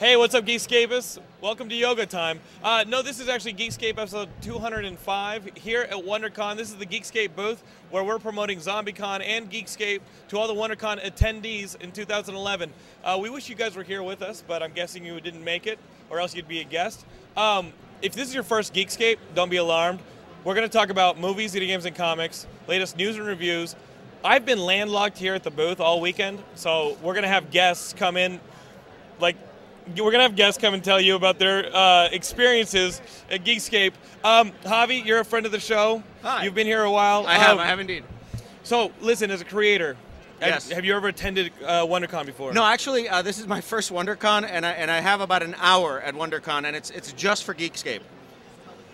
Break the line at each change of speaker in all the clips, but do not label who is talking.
Hey, what's up, Geekscapists? Welcome to Yoga Time. Uh, no, this is actually Geekscape episode 205 here at WonderCon. This is the Geekscape booth where we're promoting ZombieCon and Geekscape to all the WonderCon attendees in 2011. Uh, we wish you guys were here with us, but I'm guessing you didn't make it, or else you'd be a guest. Um, if this is your first Geekscape, don't be alarmed. We're going to talk about movies, video games, and comics, latest news and reviews. I've been landlocked here at the booth all weekend, so we're going to have guests come in like we're gonna have guests come and tell you about their uh, experiences at Geekscape. Um, Javi, you're a friend of the show.
Hi.
You've been here a while.
I have,
Um,
I have indeed.
So, listen, as a creator, have-
Yes.
have, you ever attended uh, WonderCon before?
No, actually, uh, this is my first WonderCon, and I and I have about an hour at WonderCon, and it's it's just for Geekscape.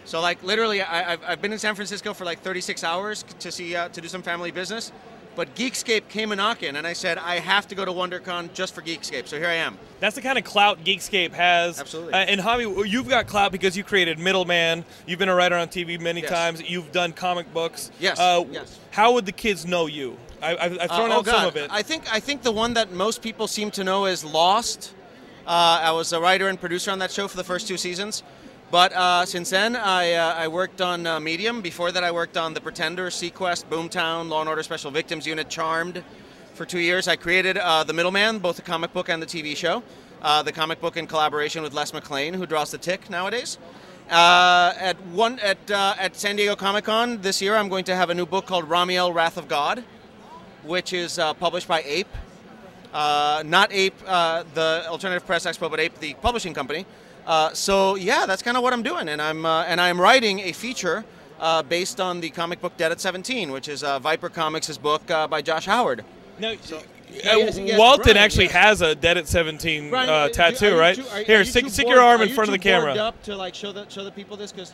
So like literally, I, I've I've been in San Francisco for like 36 hours to see uh, to do some family business, but Geekscape came a knocking, and I said I have to go to WonderCon just for Geekscape. So here I am.
That's the kind of clout Geekscape has.
Absolutely.
Uh, and Javi, you've got clout because you created Middleman. You've been a writer on TV many
Yes.
times. You've done comic books.
Yes,
Uh,
yes.
How would the kids know you? I, I've, I've thrown
Uh, oh
out some
God.
of it.
I think I think the one that most people seem to know is Lost. Uh, I was a writer and producer on that show for the first two seasons, but uh, since then I, uh, I worked on uh, Medium. Before that, I worked on The Pretender, Sequest, Boomtown, Law and Order Special Victims Unit, Charmed. For two years, I created uh, The Middleman, both the comic book and the TV show. Uh, the comic book in collaboration with Les McLean, who draws the Tick nowadays. Uh, at one at uh, at San Diego Comic Con this year, I'm going to have a new book called Ramiel: Wrath of God which is uh, published by Ape. Uh, not Ape, uh, the Alternative Press Expo, but Ape, the publishing company. Uh, so yeah, that's kind of what I'm doing, and I'm uh, and I'm writing a feature uh, based on the comic book Dead at 17, which is uh, Viper Comics' book uh, by Josh Howard.
No, uh,
yes, yes,
Walton
Brian,
actually
yes.
has a dead at 17
Brian,
uh,
are- are
tattoo,
you
right?
too- are- are
Here,
you
stick,
too
stick
bored-
your arm
are
in
you
front of the
too bored
camera.
Up to like show the show the people this because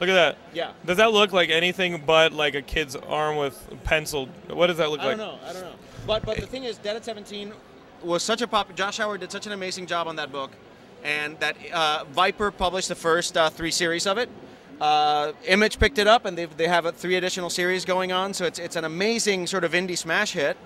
Look at that.
Yeah.
Does that look like anything but like a kid's arm with pencil? What does that look
I
like?
don't know, I don't know.
But but the thing is, Dead at 17 was such a pop. Josh Howard did such an amazing job on that book, and that uh, Viper published the first uh, three series of it. Uh, Image picked it up, and they they have a three additional series going on. So it's it's an amazing sort of indie smash hit,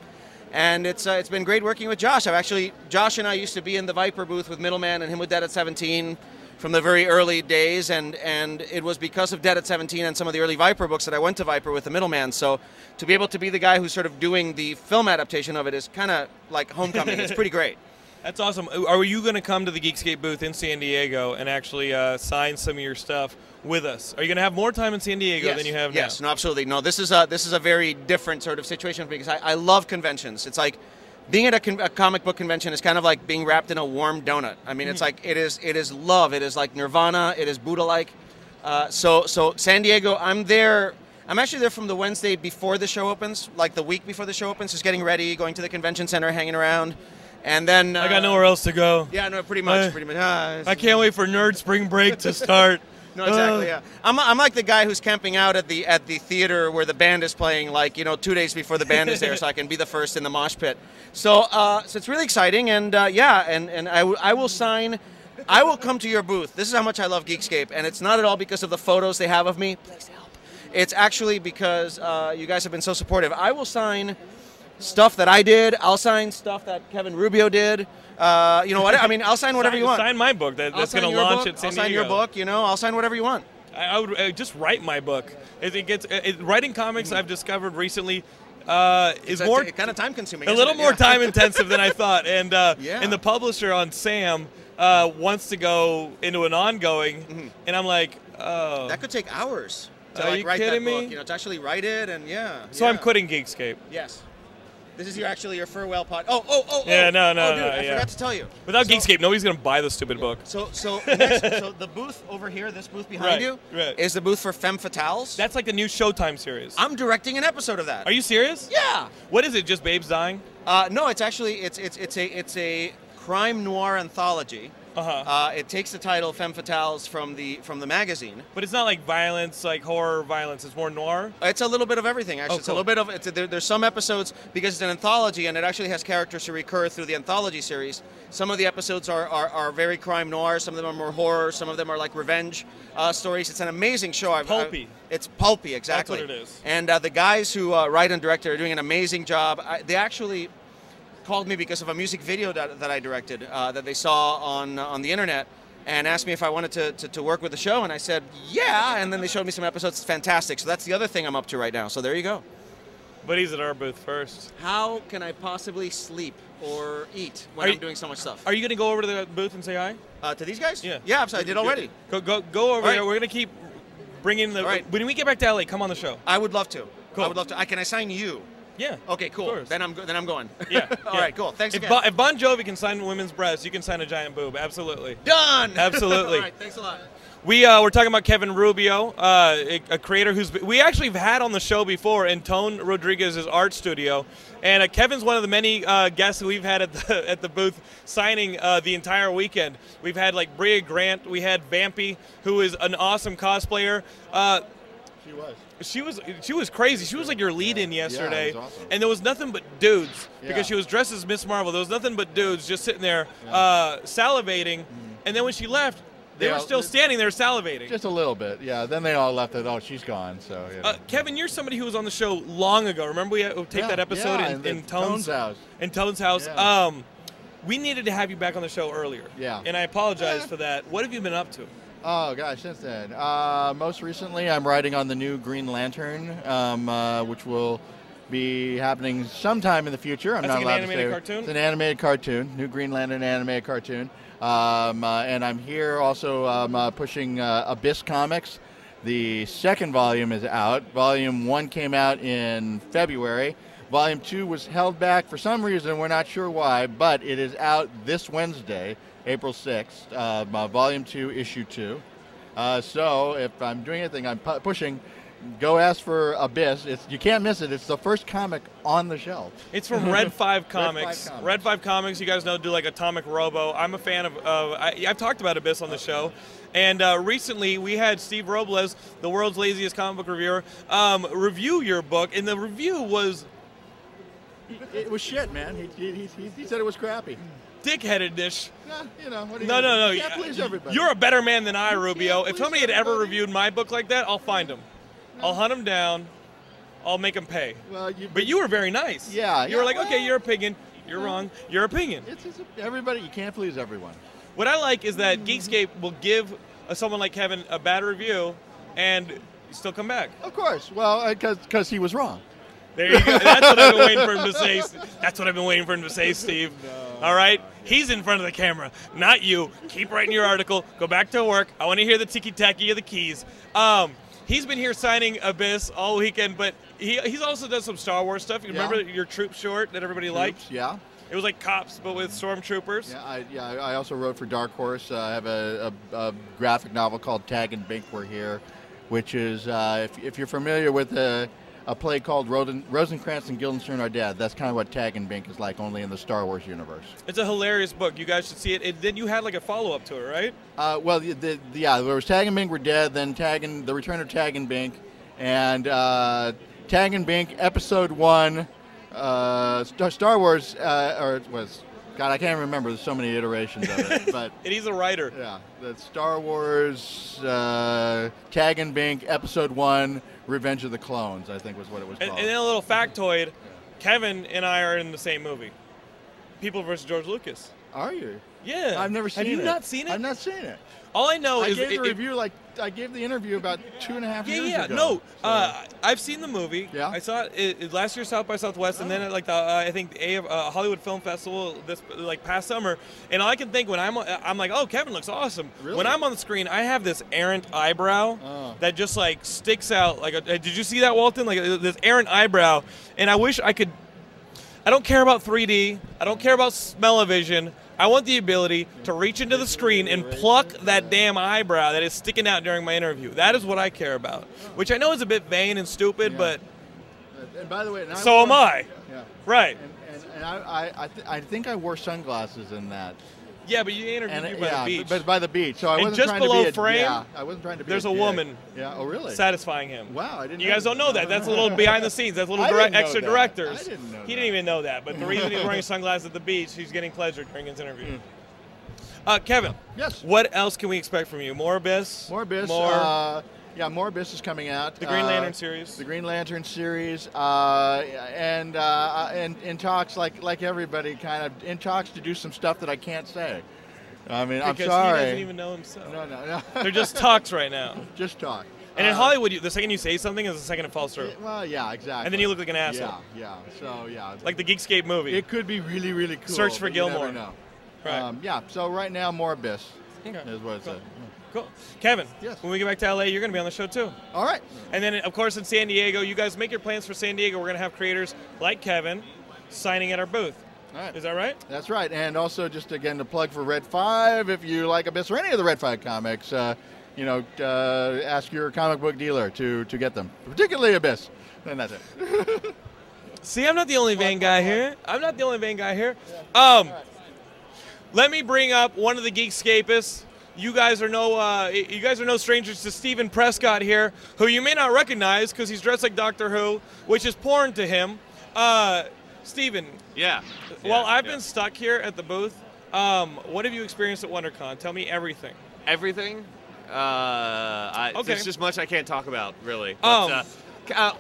and it's uh, it's been great working with Josh. I've actually Josh and I used to be in the Viper booth with Middleman and him with Dead at 17 from the very early days, and, and it was because of Dead at 17 and some of the early Viper books that I went to Viper with the middleman. So to be able to be the guy who's sort of doing the film adaptation of it is kind of like homecoming. it's pretty great.
That's awesome. Uh, Are you going to come to the Geekscape booth in San Diego and actually uh, sign some of your stuff with us? Are you going to have more time in San Diego than you have now?
Yes, no, absolutely. No, this is a this is a very different sort of situation because I, I love conventions. It's like being at a, con- a comic book convention is kind of like being wrapped in a warm donut. I mean, it's
Hmm.
like it is it is love. It is like Nirvana. It is Buddha like. Uh, so so San Diego, I'm there. I'm actually there from the Wednesday before the show opens, like the week before the show opens, just getting ready, going to the convention center, hanging around, and then uh,
I got nowhere else to go.
Yeah, no, pretty much,
Uh,
pretty much. Ah,
I can't wait for Nerd Spring Break to start.
no, exactly.
Uh,
Yeah, I'm, I'm like the guy who's camping out at the at the theater where the band is playing, like you know, two days before the band is there, so I can be the first in the mosh pit. So, uh, so it's really exciting, and uh, yeah, and and I, w- I will sign. I will come to your booth. This is how much I love Geekscape, and it's not at all because of the photos they have of me. Please help. It's actually because uh, you guys have been so supportive. I will sign stuff that I did. I'll sign stuff that Kevin Rubio did. Uh, you know what? I mean, I'll sign whatever
sign,
you want.
Sign my book that,
I'll
that's
sign
going to
your
launch
book.
at San
I'll
Diego.
sign your book. You know, I'll sign whatever you want.
I, I would uh, just write my book. It, it gets uh, it, writing comics. I've discovered recently uh, is
It's
more
kind of time consuming.
a little more time intensive than I thought, and uh,
Yeah.
and the publisher on Sam uh, wants to go into an ongoing, and I'm like, oh,
Mm-hmm. That could take hours. To
Are
like
you
write
kidding
that
me?
Book, you know, to actually write it and yeah.
so I'm
yeah.
quitting Geekscape.
Yes. This is your actually your farewell pod. Oh oh oh.
Yeah,
oh.
no, no,
oh, dude,
no,
I
yeah.
forgot to tell you.
Without
So-
Geekscape, nobody's gonna buy the stupid book.
So so next, so the booth over here, this booth behind
Right,
you,
right.
is the booth for Femme Fatales.
That's like the new Showtime series.
I'm directing an episode of that.
Are you serious?
Yeah.
What is it? Just babes dying?
Uh, no, it's actually it's it's it's a it's a crime noir anthology.
Uh-huh.
Uh, it takes the title Femme Fatales from the from the magazine.
But it's not like violence, like horror violence. It's more noir.
It's a little bit of everything, actually.
Oh,
It's a
cool.
little bit of it's there, there's some episodes because it's an anthology and it actually has characters who recur through the anthology series. Some of the episodes are, are, are very crime noir. Some of them are more horror. Some of them are like revenge uh, stories. It's an amazing show. I've, I've-
pulpy.
it's pulpy, exactly.
what it is.
And uh, the guys who uh, write and direct it are doing an amazing job. I, they actually called me because of a music video that, that I directed uh, that they saw on uh, on the internet and asked me if I wanted to, to, to work with the show, and I said yeah, and then they showed me some episodes. It's fantastic. So that's the other thing I'm up to right now. So there you go.
But he's at our booth first.
How can I possibly sleep or eat when
Are
I'm
you-
doing so much stuff?
Are you going to go over to the booth and say hi?
uh, to these guys?
Yeah.
Yeah, so I did already.
Go go go over
All right.
there. We're going to keep bringing the.
All right.
When we get back to LA, come on the show.
I would love to.
Cool.
I would love to. I can assign you.
Yeah.
Okay, cool.
course.
Then I'm go- then I'm going.
Yeah.
All right.
yeah.
Cool. Thanks
If,
again.
bon, if Bon Jovi can sign women's breasts, you can sign a giant boob. Absolutely.
Done.
Absolutely.
All right. Thanks a lot.
We uh, we're talking about Kevin Rubio, uh, a, a creator who's we actually have had on the show before in Tone Rodriguez's art studio, and uh, Kevin's one of the many uh, guests we've had at the at the booth signing uh, the entire weekend. We've had like Bria Grant, we had Vampy, who is an awesome cosplayer. Uh,
She was.
she was she was crazy. She was like your lead-in yesterday,
was awesome.
and there was nothing but dudes
Yeah.
because she was dressed as Miss Marvel. There was nothing but dudes just sitting there uh, salivating, and then when she left, they
Mm-hmm. They
were
all-
still standing there salivating.
Just a little bit, yeah. Then they all left it. Oh, she's gone. So you know.
Uh, Kevin, you're somebody who was on the show long ago. Remember we uh, taped
Yeah,
that episode
yeah,
in,
and
in,
the
Tone's
Tone's house.
In Tone's house.
Yeah.
Um, we needed to have you back on the show earlier.
Yeah.
And I apologize
Eh.
for that. What have you been up to?
oh gosh, since then. Uh, most recently, I'm writing on the new Green Lantern, um, uh, which will be happening sometime in the future. I'm
That's
not
like an
allowed
animated
to say.
cartoon?
It's an animated cartoon, new Green Lantern animated cartoon. Um, uh, and I'm here also um, uh, pushing uh, Abyss Comics. The second volume is out. Volume one came out in February. Volume two was held back for some reason. We're not sure why, but it is out this Wednesday, April 6th. Uh, my volume two, issue two. Uh, so if I'm doing anything, I'm pu- pushing. Go ask for Abyss. It's you can't miss it. It's the first comic on the shelf.
It's from Red Five Comics. Red
Five
Five Comics.
Comics.
you guys know, do like Atomic Robo. I'm a fan of. of I, I've talked about Abyss on the show, and uh, recently we had Steve Robles, the world's laziest comic book reviewer, um, review your book, and the review was
It was shit, man. He, he, he, he said it was crappy.
dickheadedness.
Yeah, you know. What do you
No, no, no.
You can't please everybody.
You're a better man than I, Rubio. If
please
somebody had ever
everybody.
reviewed my book like that, I'll find them. I'll hunt them down. I'll make them pay.
well, you,
But you were very nice.
Yeah,
You were
yeah,
like, okay,
well-
your opinion. You're wrong. Your opinion.
It's, it's everybody. You can't please everyone.
What I like is that Geekscape will give uh, someone like Kevin a bad review and still come back.
Of course. Well, because he was wrong.
There you go. That's what I've been waiting for him to say. That's what I've been waiting for him to say, Steve. All right? He's in front of the camera, not you. Keep writing your article. Go back to work. I want to hear the ticky tacky of the keys. Um, he's been here signing Abyss all weekend, but he, he's also done some Star Wars stuff. You
Yeah.
remember your troop short that everybody liked?
Yeah.
It was like cops, but with stormtroopers.
Yeah, I, yeah, I I also wrote for Dark Horse. Uh, I have a, a, a graphic novel called Tag and Bink We're Here, which is, uh, if, if you're familiar with a, a play called Roden, Rosencrantz and Guildenstern Are Dead, that's kind of what Tag and Bink is like, only in the Star Wars universe.
It's a hilarious book. You guys should see it. And then you had like a follow up to it, right?
Uh, well, the, the, yeah, there was Tag and Bink Were Dead, then Tag and, The Return of Tag and Bink, and uh, Tag and Bink, Episode 1, uh, Star, Star Wars, uh, or it was, God, I can't remember, there's so many iterations of it, but...
And he's a writer.
Yeah, the Star Wars uh, Tag and Bink Episode One: Revenge of the Clones, I think was what it was
And,
called.
and then a little factoid Kevin and I are in the same movie People versus George Lucas.
Are you?
Yeah.
I've never seen it.
Have you not seen it?
I've not seen it.
All I know
I
is.
gave
it-
the
it-
review like I gave the interview about two and a half
yeah,
years
yeah.
ago.
No,
so-
uh, I've seen the movie.
Yeah? Oh.
I saw it, it, it last year South by Southwest, and then at like the uh, I think the A uh, Hollywood Film Festival this like past summer. And all I can think when I'm on- I'm like, oh, Kevin looks awesome.
Really?
When I'm on the screen, I have this errant eyebrow
Oh.
that just like sticks out. Like, a, did you see that, Walton? Like uh, this errant eyebrow, and I wish I could I don't care about 3D. I don't care about smell-o-vision. I want the ability to reach into the screen and pluck that damn eyebrow that is sticking out during my interview. That is what I care about, which I know is a bit vain and stupid,
Yeah.
but
and by the way, and I
so
wore-
am I.
Yeah.
Right.
And, and, and I, I, I, th- I think I wore sunglasses in that.
Yeah, but you interviewed
And
me
it-
by
yeah,
the beach.
but by the beach. So I
And
wasn't
just
trying
below
to be
frame,
a, yeah, I wasn't trying to be
there's a
dick.
woman.
Yeah. Oh, really?
satisfying him.
Wow, I didn't.
You
know
guys don't know that. That's a little behind the scenes. That's a little
I didn't
direct,
know
extra
that.
directors.
I didn't know
he
that.
didn't even know that. But the reason he's wearing sunglasses at the beach, he's getting pleasure during his interview. Uh, Kevin.
Hmm. Yes.
What else can we expect from you? More abyss.
More Abyss.
More.
Uh, Yeah, more Abyss is coming out. Uh,
The Green Lantern series.
The Green Lantern series, uh, and uh, and in talks like like everybody kind of in talks to do some stuff that I can't say. I mean,
because
I'm sorry.
he doesn't even know himself.
no, no, no.
They're just talks right now.
just talk.
And in
Uh,
Hollywood, you, the second you say something is the second it falls through.
Well, yeah, exactly.
And then you look like an asshole.
Yeah, yeah. So yeah,
Like the Geekscape movie.
it could be really, really cool.
Search for
but you never
Gilmore.
know.
Right.
Um, yeah. So right now, more Abyss
Okay.
is what it
Cool.
said.
Cool. Kevin,
Yes.
when we get back to LA, you're going to be on the show too.
All right.
And then, of course, in San Diego, you guys make your plans for San Diego. We're going to have creators like Kevin signing at our booth.
All right.
Is that right?
That's right. And also, just again, to plug for Red 5, if you like Abyss or any of the Red 5 comics, uh, you know, uh, ask your comic book dealer to, to get them, particularly Abyss. And that's it.
See, I'm not the only van guy here. I'm not the only van guy here. Um, let me bring up one of the Geekscapists. You guys are no uh, you guys are no strangers to Stephen Prescott here, who you may not recognize because he's dressed like Doctor Who, which is porn to him. Uh, Stephen,
Yeah.
while
Yeah,
I've
yeah.
been stuck here at the booth, um, what have you experienced at WonderCon? Tell me everything.
everything. Uh, I,
Okay.
There's just much I can't talk about, really.
Um,
uh, c- uh,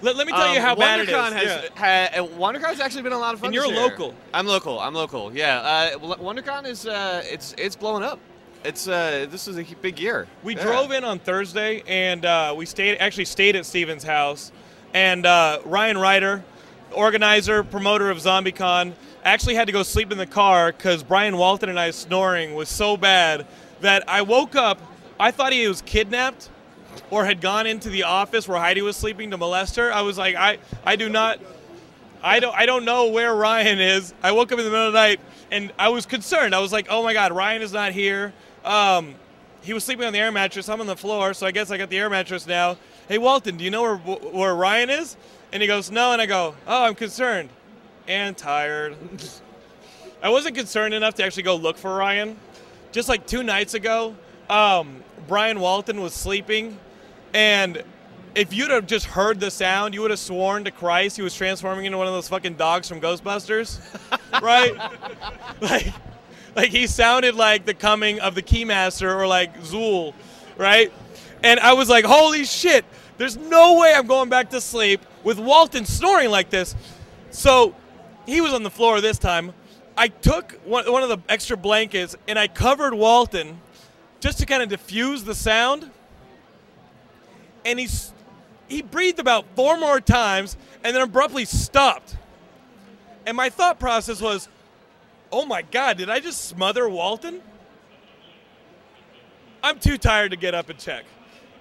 Let, let me tell you
um,
how bad it is.
WonderCon
Yeah.
Has, ha- uh, WonderCon's actually been a lot of fun.
And you're
this year.
local.
I'm local. I'm local. Yeah. Uh, Wo- WonderCon is uh, it's it's blowing up. It's uh, this is a hu- big year.
We
Yeah.
drove in on Thursday, and uh, we stayed actually stayed at Steven's house. And uh, Ryan Ryder, organizer, promoter of ZombieCon, actually had to go sleep in the car because Brian Walton and I snoring was so bad that I woke up. I thought he was kidnapped or had gone into the office where Heidi was sleeping to molest her. I was like, I, I do not. I don't I don't know where Ryan is. I woke up in the middle of the night and I was concerned. I was like, oh my god, Ryan is not here. Um, he was sleeping on the air mattress. I'm on the floor, so I guess I got the air mattress now. Hey Walton, do you know where where Ryan is? And he goes, no. And I go, oh, I'm concerned and tired. I wasn't concerned enough to actually go look for Ryan. Just like two nights ago, um, Brian Walton was sleeping, and if you'd have just heard the sound, you would have sworn to Christ he was transforming into one of those fucking dogs from Ghostbusters, right? like, like he sounded like the coming of the Keymaster or like Zool, right? And I was like, holy shit, there's no way I'm going back to sleep with Walton snoring like this. So he was on the floor this time. I took one, one of the extra blankets and I covered Walton just to kind of diffuse the sound. And he, s- he breathed about four more times and then abruptly stopped. And my thought process was, oh my God, did I just smother Walton? I'm too tired to get up and check.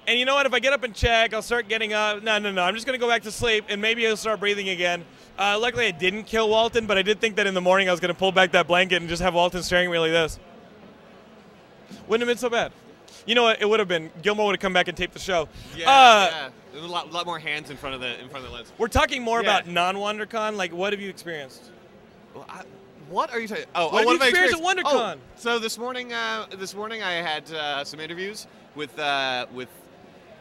And you know what? If I get up and check, I'll start getting up. No, no, no. I'm just going to go back to sleep and maybe I'll start breathing again. Uh, luckily, I didn't kill Walton, but I did think that in the morning I was going to pull back that blanket and just have Walton staring at me like this. Wouldn't have been so bad. You know what? It would have been. Gilmore would have come back and taped the show.
Yeah.
Uh,
yeah. There's a lot, lot more hands in front of the in front of the lens.
We're talking more
Yeah.
about non-WonderCon. Like, what have you experienced?
Well, I- What are you talking? Oh,
What
oh,
have
what
you
have I
experienced at WonderCon?
Oh, so this morning, uh, this morning I had uh, some interviews with uh, with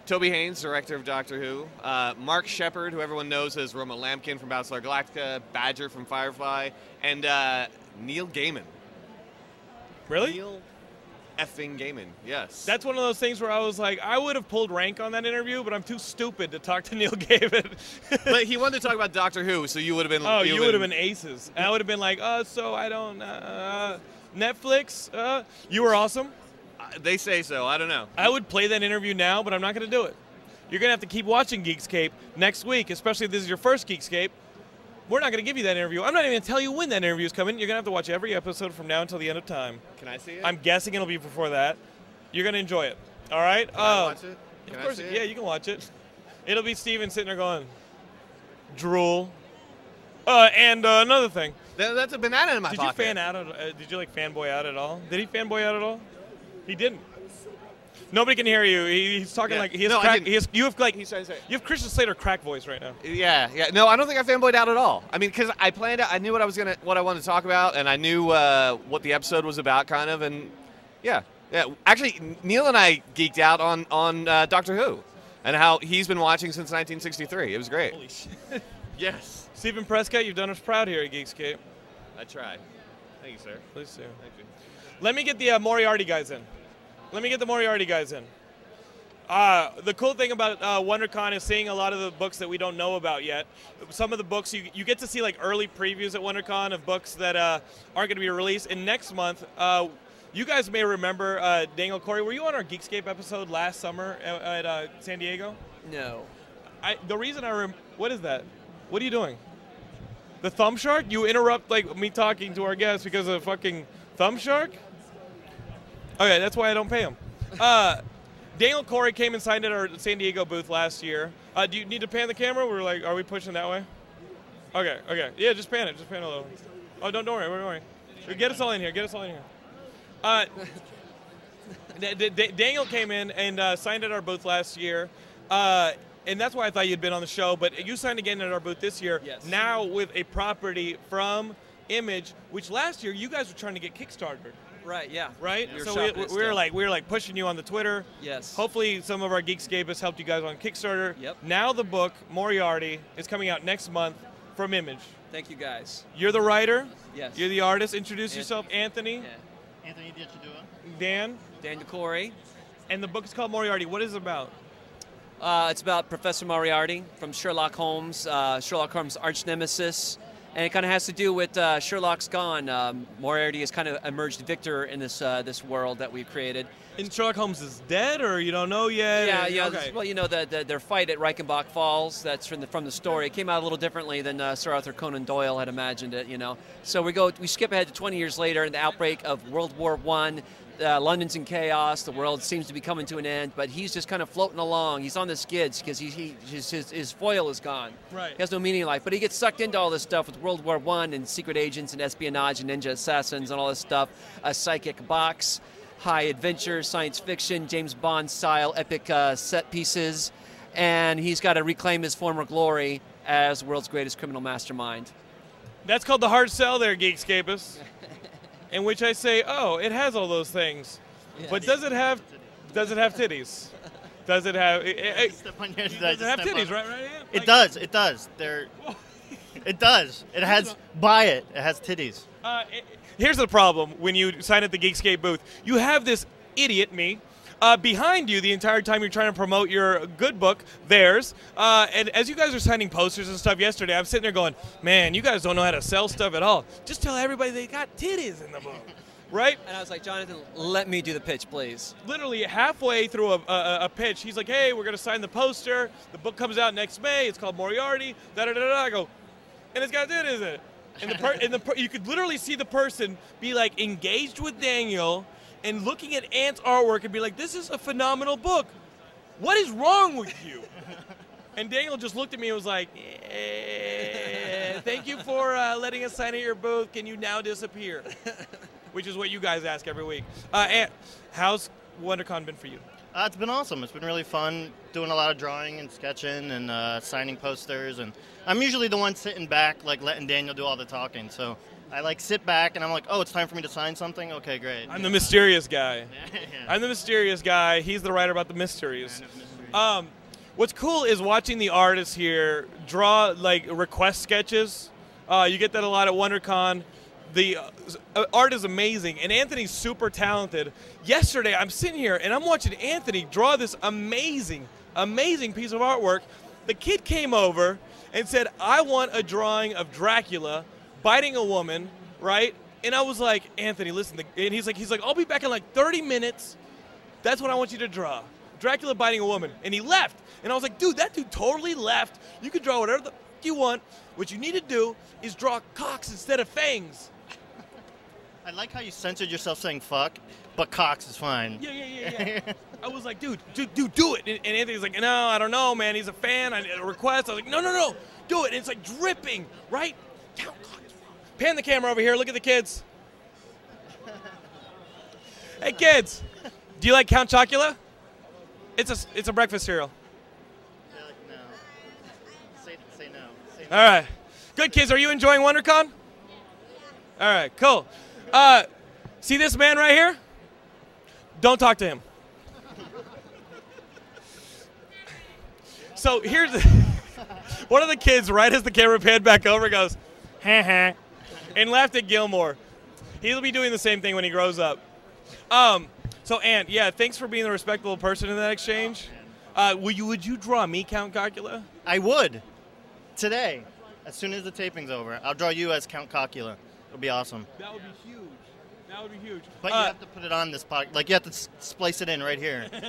Toby Haynes, director of Doctor Who, uh, Mark Shepard, who everyone knows as Roma Lampkin from Battlestar Galactica, Badger from Firefly, and uh, Neil Gaiman.
Really?
Neil effing Gaiman. Yes.
That's one of those things where I was like, I would have pulled rank on that interview, but I'm too stupid to talk to Neil Gaiman.
but he wanted to talk about Doctor Who, so you would have been.
oh, you would have been aces. And I would have been like, uh, so I don't. Uh, uh, Netflix, uh, you were awesome.
Uh, They say so. I don't know.
I would play that interview now, but I'm not going to do it. You're going to have to keep watching Geekscape next week, especially if this is your first Geekscape. We're not going to give you that interview. I'm not even going to tell you when that interview is coming. You're going to have to watch every episode from now until the end of time.
Can I see it?
I'm guessing it'll be before that. You're gonna enjoy it. All right. Um,
Can I watch it? Can
Of
I
course.
see it?
Yeah, you can watch it. It'll be Steven sitting there going, drool. Uh, and uh, another thing,
That- that's a banana in my
did you
pocket.
fan out? At, uh, did you like fanboy out at all? Did he fanboy out at all? He didn't. Nobody can hear you. He, he's talking
Yeah.
like he has
No, I
crack.
didn't.
He has, you have like
He's trying to say-
you have Christian Slater crack voice right now.
Yeah, yeah. No, I don't think I fanboyed out at all. I mean, because I planned it. I knew what I was gonna, what I wanted to talk about, and I knew uh, what the episode was about, kind of. And yeah, yeah. Actually, Neil and I geeked out on on uh, Doctor Who, and how he's been watching since 1963. It was great.
Holy shit.
Yes,
Stephen Prescott, you've done us proud here at Geekscape.
I try. Thank you, sir.
Please do.
Thank you.
Let me get the uh, Moriarty guys in. Let me get the Moriarty guys in. Uh, the cool thing about uh, WonderCon is seeing a lot of the books that we don't know about yet. Some of the books you, you get to see like early previews at WonderCon of books that uh, aren't going to be released. And next month, uh, you guys may remember uh, Daniel Corey. Were you on our Geekscape episode last summer at, at uh, San Diego?
No.
I, the reason I rem- what is that? What are you doing? The thumb shark? You interrupt like me talking to our guest because of fucking thumb shark? Okay, that's why I don't pay him. Uh, Daniel Corey came and signed at our San Diego booth last year. Uh, do you need to pan the camera? We're like, are we pushing that way? Okay, okay, yeah, just pan it, just pan it a little. Oh, don't, don't worry, don't worry. Get us all in here. Get us all in here. Uh, D- D- D- Daniel came in and uh, signed at our booth last year, uh, and that's why I thought you'd been on the show. But you signed again at our booth this year.
Yes.
Now with a property from Image, which last year you guys were trying to get Kickstarter,
Right. Yeah.
right?
Your
so
shop
we,
is,
we were
yeah.
like we were like pushing you on the Twitter.
Yes.
Hopefully, some of our Geekscape has helped you guys on Kickstarter.
Yep.
Now the book Moriarty is coming out next month from Image.
Thank you guys.
You're the writer.
Yes.
You're the artist. Introduce
Anthony.
yourself, Anthony,
Yeah.
Anthony Dichadua.
Dan,
Daniel Corey.
and the book is called Moriarty. What is it about?
Uh, it's about Professor Moriarty from Sherlock Holmes, uh, Sherlock Holmes' arch nemesis, and it kind of has to do with uh, Sherlock's gone. Um, Moriarty has kind of emerged victor in this uh, this world that we've created.
And Sherlock Holmes is dead, or you don't know yet?
Yeah,
or-
yeah.
Okay.
Well, you know the, the, their fight at Reichenbach Falls. That's from the from the story. It came out a little differently than uh, Sir Arthur Conan Doyle had imagined it. You know, so we go we skip ahead to 20 years later and the outbreak of World War One. Uh, London's in chaos. The world seems to be coming to an end, but he's just kind of floating along. He's on the skids because he, he his, his his foil is gone.
Right.
He has no meaning in life, but he gets sucked into all this stuff with World War One and secret agents and espionage and ninja assassins and all this stuff. A psychic box high adventure, science fiction, James Bond style epic uh, set pieces, and he's got to reclaim his former glory as the world's greatest criminal mastermind.
That's called the hard sell, there, Geekscapists. in which I say, oh, it has all those things, but does it have, does it have titties? Does it have? It, it- it-
Step on your
does it have
step
titties?
on-
Right, right. Ian?
It
Like,
does. It does. There. It does. It has. Buy it. It has titties.
Uh, it- here's the problem when you sign at the Geekscape booth. You have this idiot me uh, behind you the entire time you're trying to promote your good book, theirs. Uh, and as you guys are signing posters and stuff yesterday, I'm sitting there going, man, you guys don't know how to sell stuff at all. Just tell everybody they got titties in the book, right?
And I was like, Jonathan, let me do the pitch, please.
literally halfway through a, a, a pitch, he's like, "Hey, we're gonna sign the poster. The book comes out next May. It's called Moriarty." Da da da da. I go, and it's got it, is it? And the per- and the per- you could literally see the person be like engaged with Daniel and looking at Ant's artwork and be like, "This is a phenomenal book. What is wrong with you?" And Daniel just looked at me and was like, "Eh, "Thank you for uh, letting us sign at your booth. Can you now disappear?" Which is what you guys ask every week. Uh, Ant, how's WonderCon been for you?
Uh, it's been awesome. It's been really fun doing a lot of drawing and sketching and uh, signing posters. And I'm usually the one sitting back, like letting Daniel do all the talking. So I like sit back and I'm like, oh, it's time for me to sign something. Okay, great.
I'm the mysterious guy.
Yeah.
I'm the mysterious guy. He's the writer about the mysteries. Um, what's cool is watching the artists here draw like request sketches. Uh, you get that a lot at WonderCon. The uh, s- uh, art is amazing, and Anthony's super talented. Yesterday, I'm sitting here and I'm watching Anthony draw this amazing, amazing piece of artwork. The kid came over and said, "I want a drawing of Dracula biting a woman." Right? And I was like, "Anthony, listen." the- And he's like, "He's like, I'll be back in like 30 minutes." That's what I want you to draw. Dracula biting a woman. And he left. And I was like, dude, that dude totally left. You can draw whatever the f- you want. What you need to do is draw cocks instead of fangs.
I like how you censored yourself saying fuck, but Cox is fine.
Yeah, yeah, yeah, yeah. I was like, dude, dude, dude, do it. And, and Anthony's like, no, I don't know, man. He's a fan. I a request. I was like, no, no, no, do it. And it's like dripping, right? Count cocks. Pan the camera over here. Look at the kids. hey, kids, do you like Count Chocula? It's a, s- it's a breakfast cereal.
They're like, no. Say, say no. Say
All right. Good kids, are you enjoying WonderCon? All right, cool. Uh, see this man right here? Don't talk to him. So here's one of the kids, right as the camera panned back over, goes, ha ha, and laughed at Gilmore. He'll be doing the same thing when he grows up. Um, so, Ant, yeah, thanks for being the respectable person in that exchange. Uh, will you, would you draw me, Count Cocula?
I would today, as soon as the taping's over. I'll draw you as Count Cocula. It'll be awesome.
That would be huge. That would be huge. Uh,
But you have to put it on this podcast. Like you have to s- splice it in right here. Gotta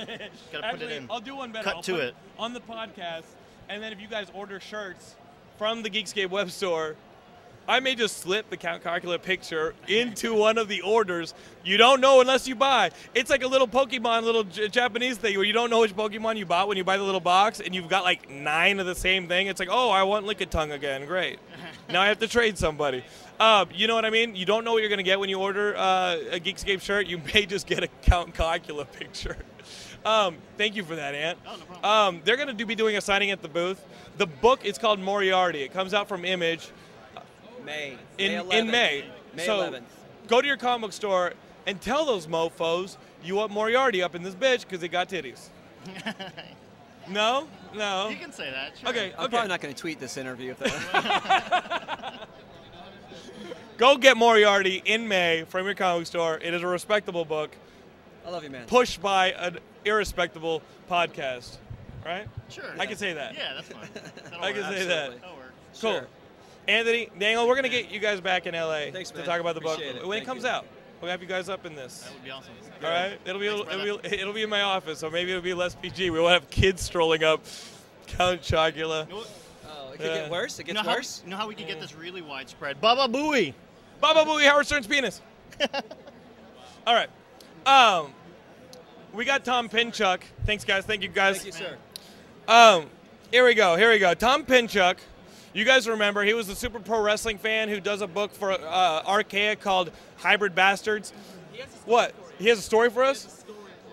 put
Actually,
it in.
I'll do one better.
Cut
I'll
to
put
it.
on the podcast, and then if you guys order shirts from the Geekscape web store, I may just slip the Count Calcula picture into one of the orders. You don't know unless you buy. It's like a little Pokemon, little J- Japanese thing where you don't know which Pokemon you bought when you buy the little box, and you've got like nine of the same thing. It's like, oh, I want Lickitung again. Great. now I have to trade somebody. Uh, you know what I mean? You don't know what you're going to get when you order uh, a Geekscape shirt. You may just get a Count Calcula picture. Um, thank you for that, Ant. um, they're going to do, be doing a signing at the booth. The book is called Moriarty. It comes out from Image
May.
in,
11th.
in May.
May
so
11th.
go to your comic book store and tell those mofos you want Moriarty up in this bitch because they got titties. no? No.
You can say that. Sure.
Oh. Okay,
I'm
okay.
probably not going to tweet this interview. If that
Go get Moriarty in May from your comic book store. It is a respectable book
I love you, man.
pushed by an irrespectable podcast. Right?
Sure.
I can say that.
Yeah, that's fine. That'll
I can
work.
say that.
Absolutely.
That'll work.
Cool.
Sure.
Anthony, Daniel, we're going to get you guys back in LA
Thanks,
to
man.
talk about the book
Appreciate it.
when it
Thank
comes
you.
out. We'll have you guys up in this.
That would be awesome.
All right, it'll be,
Thanks,
it'll be it'll be in my office, so maybe it'll be less PG. We won't have kids strolling up, Count Chocula.
You know what-
Oh, it could
Yeah.
get worse. It
you
gets
know how,
worse.
you know how we could get this really widespread? Baba Booey.
Baba Booey, Howard Stern's penis. All right, um, we got Tom Pinchuk. Thanks, guys. Thank you, guys.
Thank you, sir.
Um, here we go. Here we go. Tom Pinchuk. You guys remember he was the super pro wrestling fan who does a book for uh, Archaea called Hybrid Bastards. What? He has a story for us.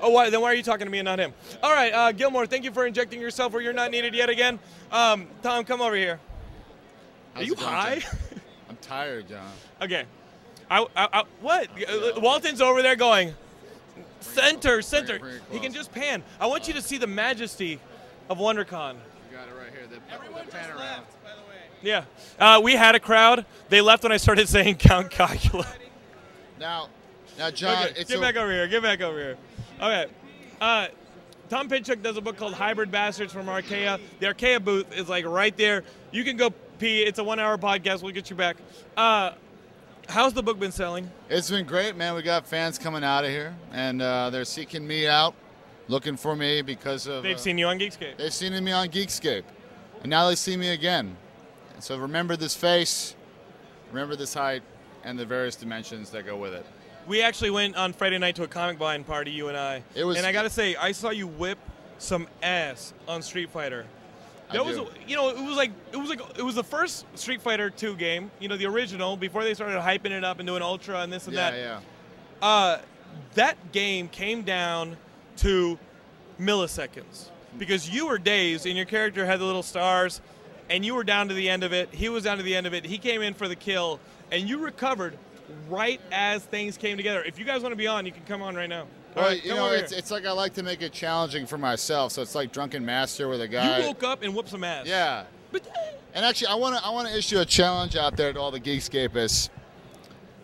Oh, why? Then why are you talking to me and not him? All right, uh, Gilmore. Thank you for injecting yourself where you're not needed yet again. Um, Tom, come over here.
How's
are you
it going,
high?
John? I'm tired, John.
okay. I, I, I, what? Walton's over there going center, center.
bring it
He can
close.
just pan. I want you to see the majesty of WonderCon.
You got it right here. The, Everyone the panorama.
Yeah. Uh, we had a crowd. They left when I started saying Count Cocula.
Now, now, John,
okay,
it's
get
a-
back over here. Get back over here. Okay. Uh, Tom Pinchuk does a book called Hybrid Bastards from Archaea. The Archaea booth is like right there. You can go pee. It's a one hour podcast. We'll get you back. Uh, how's the book been selling?
It's been great, man. We got fans coming out of here, and uh, they're seeking me out, looking for me because of
They've
uh,
seen you on Geekscape.
they've seen me on Geekscape, and now they see me again. So remember this face, remember this height, and the various dimensions that go with it.
We actually went on Friday night to a comic blind party, you and I.
It was-
and I gotta say, I saw you whip some ass on Street Fighter.
I
That was,
do.
you know, it was like it was like it was the first Street Fighter two game, you know, the original before they started hyping it up and doing Ultra and this and
yeah,
that.
yeah.
Uh, that game came down to milliseconds because you were dazed and your character had the little stars and you were down to the end of it he was down to the end of it he came in for the kill and you recovered right as things came together if you guys want to be on you can come on right now
Well,
All right,
you
come
know,
over
it's,
here.
it's like I like to make it challenging for myself. So it's like Drunken Master with a guy.
you woke up and whooped some ass
yeah. And actually, I want to I want to issue a challenge out there to all the Geekscapists.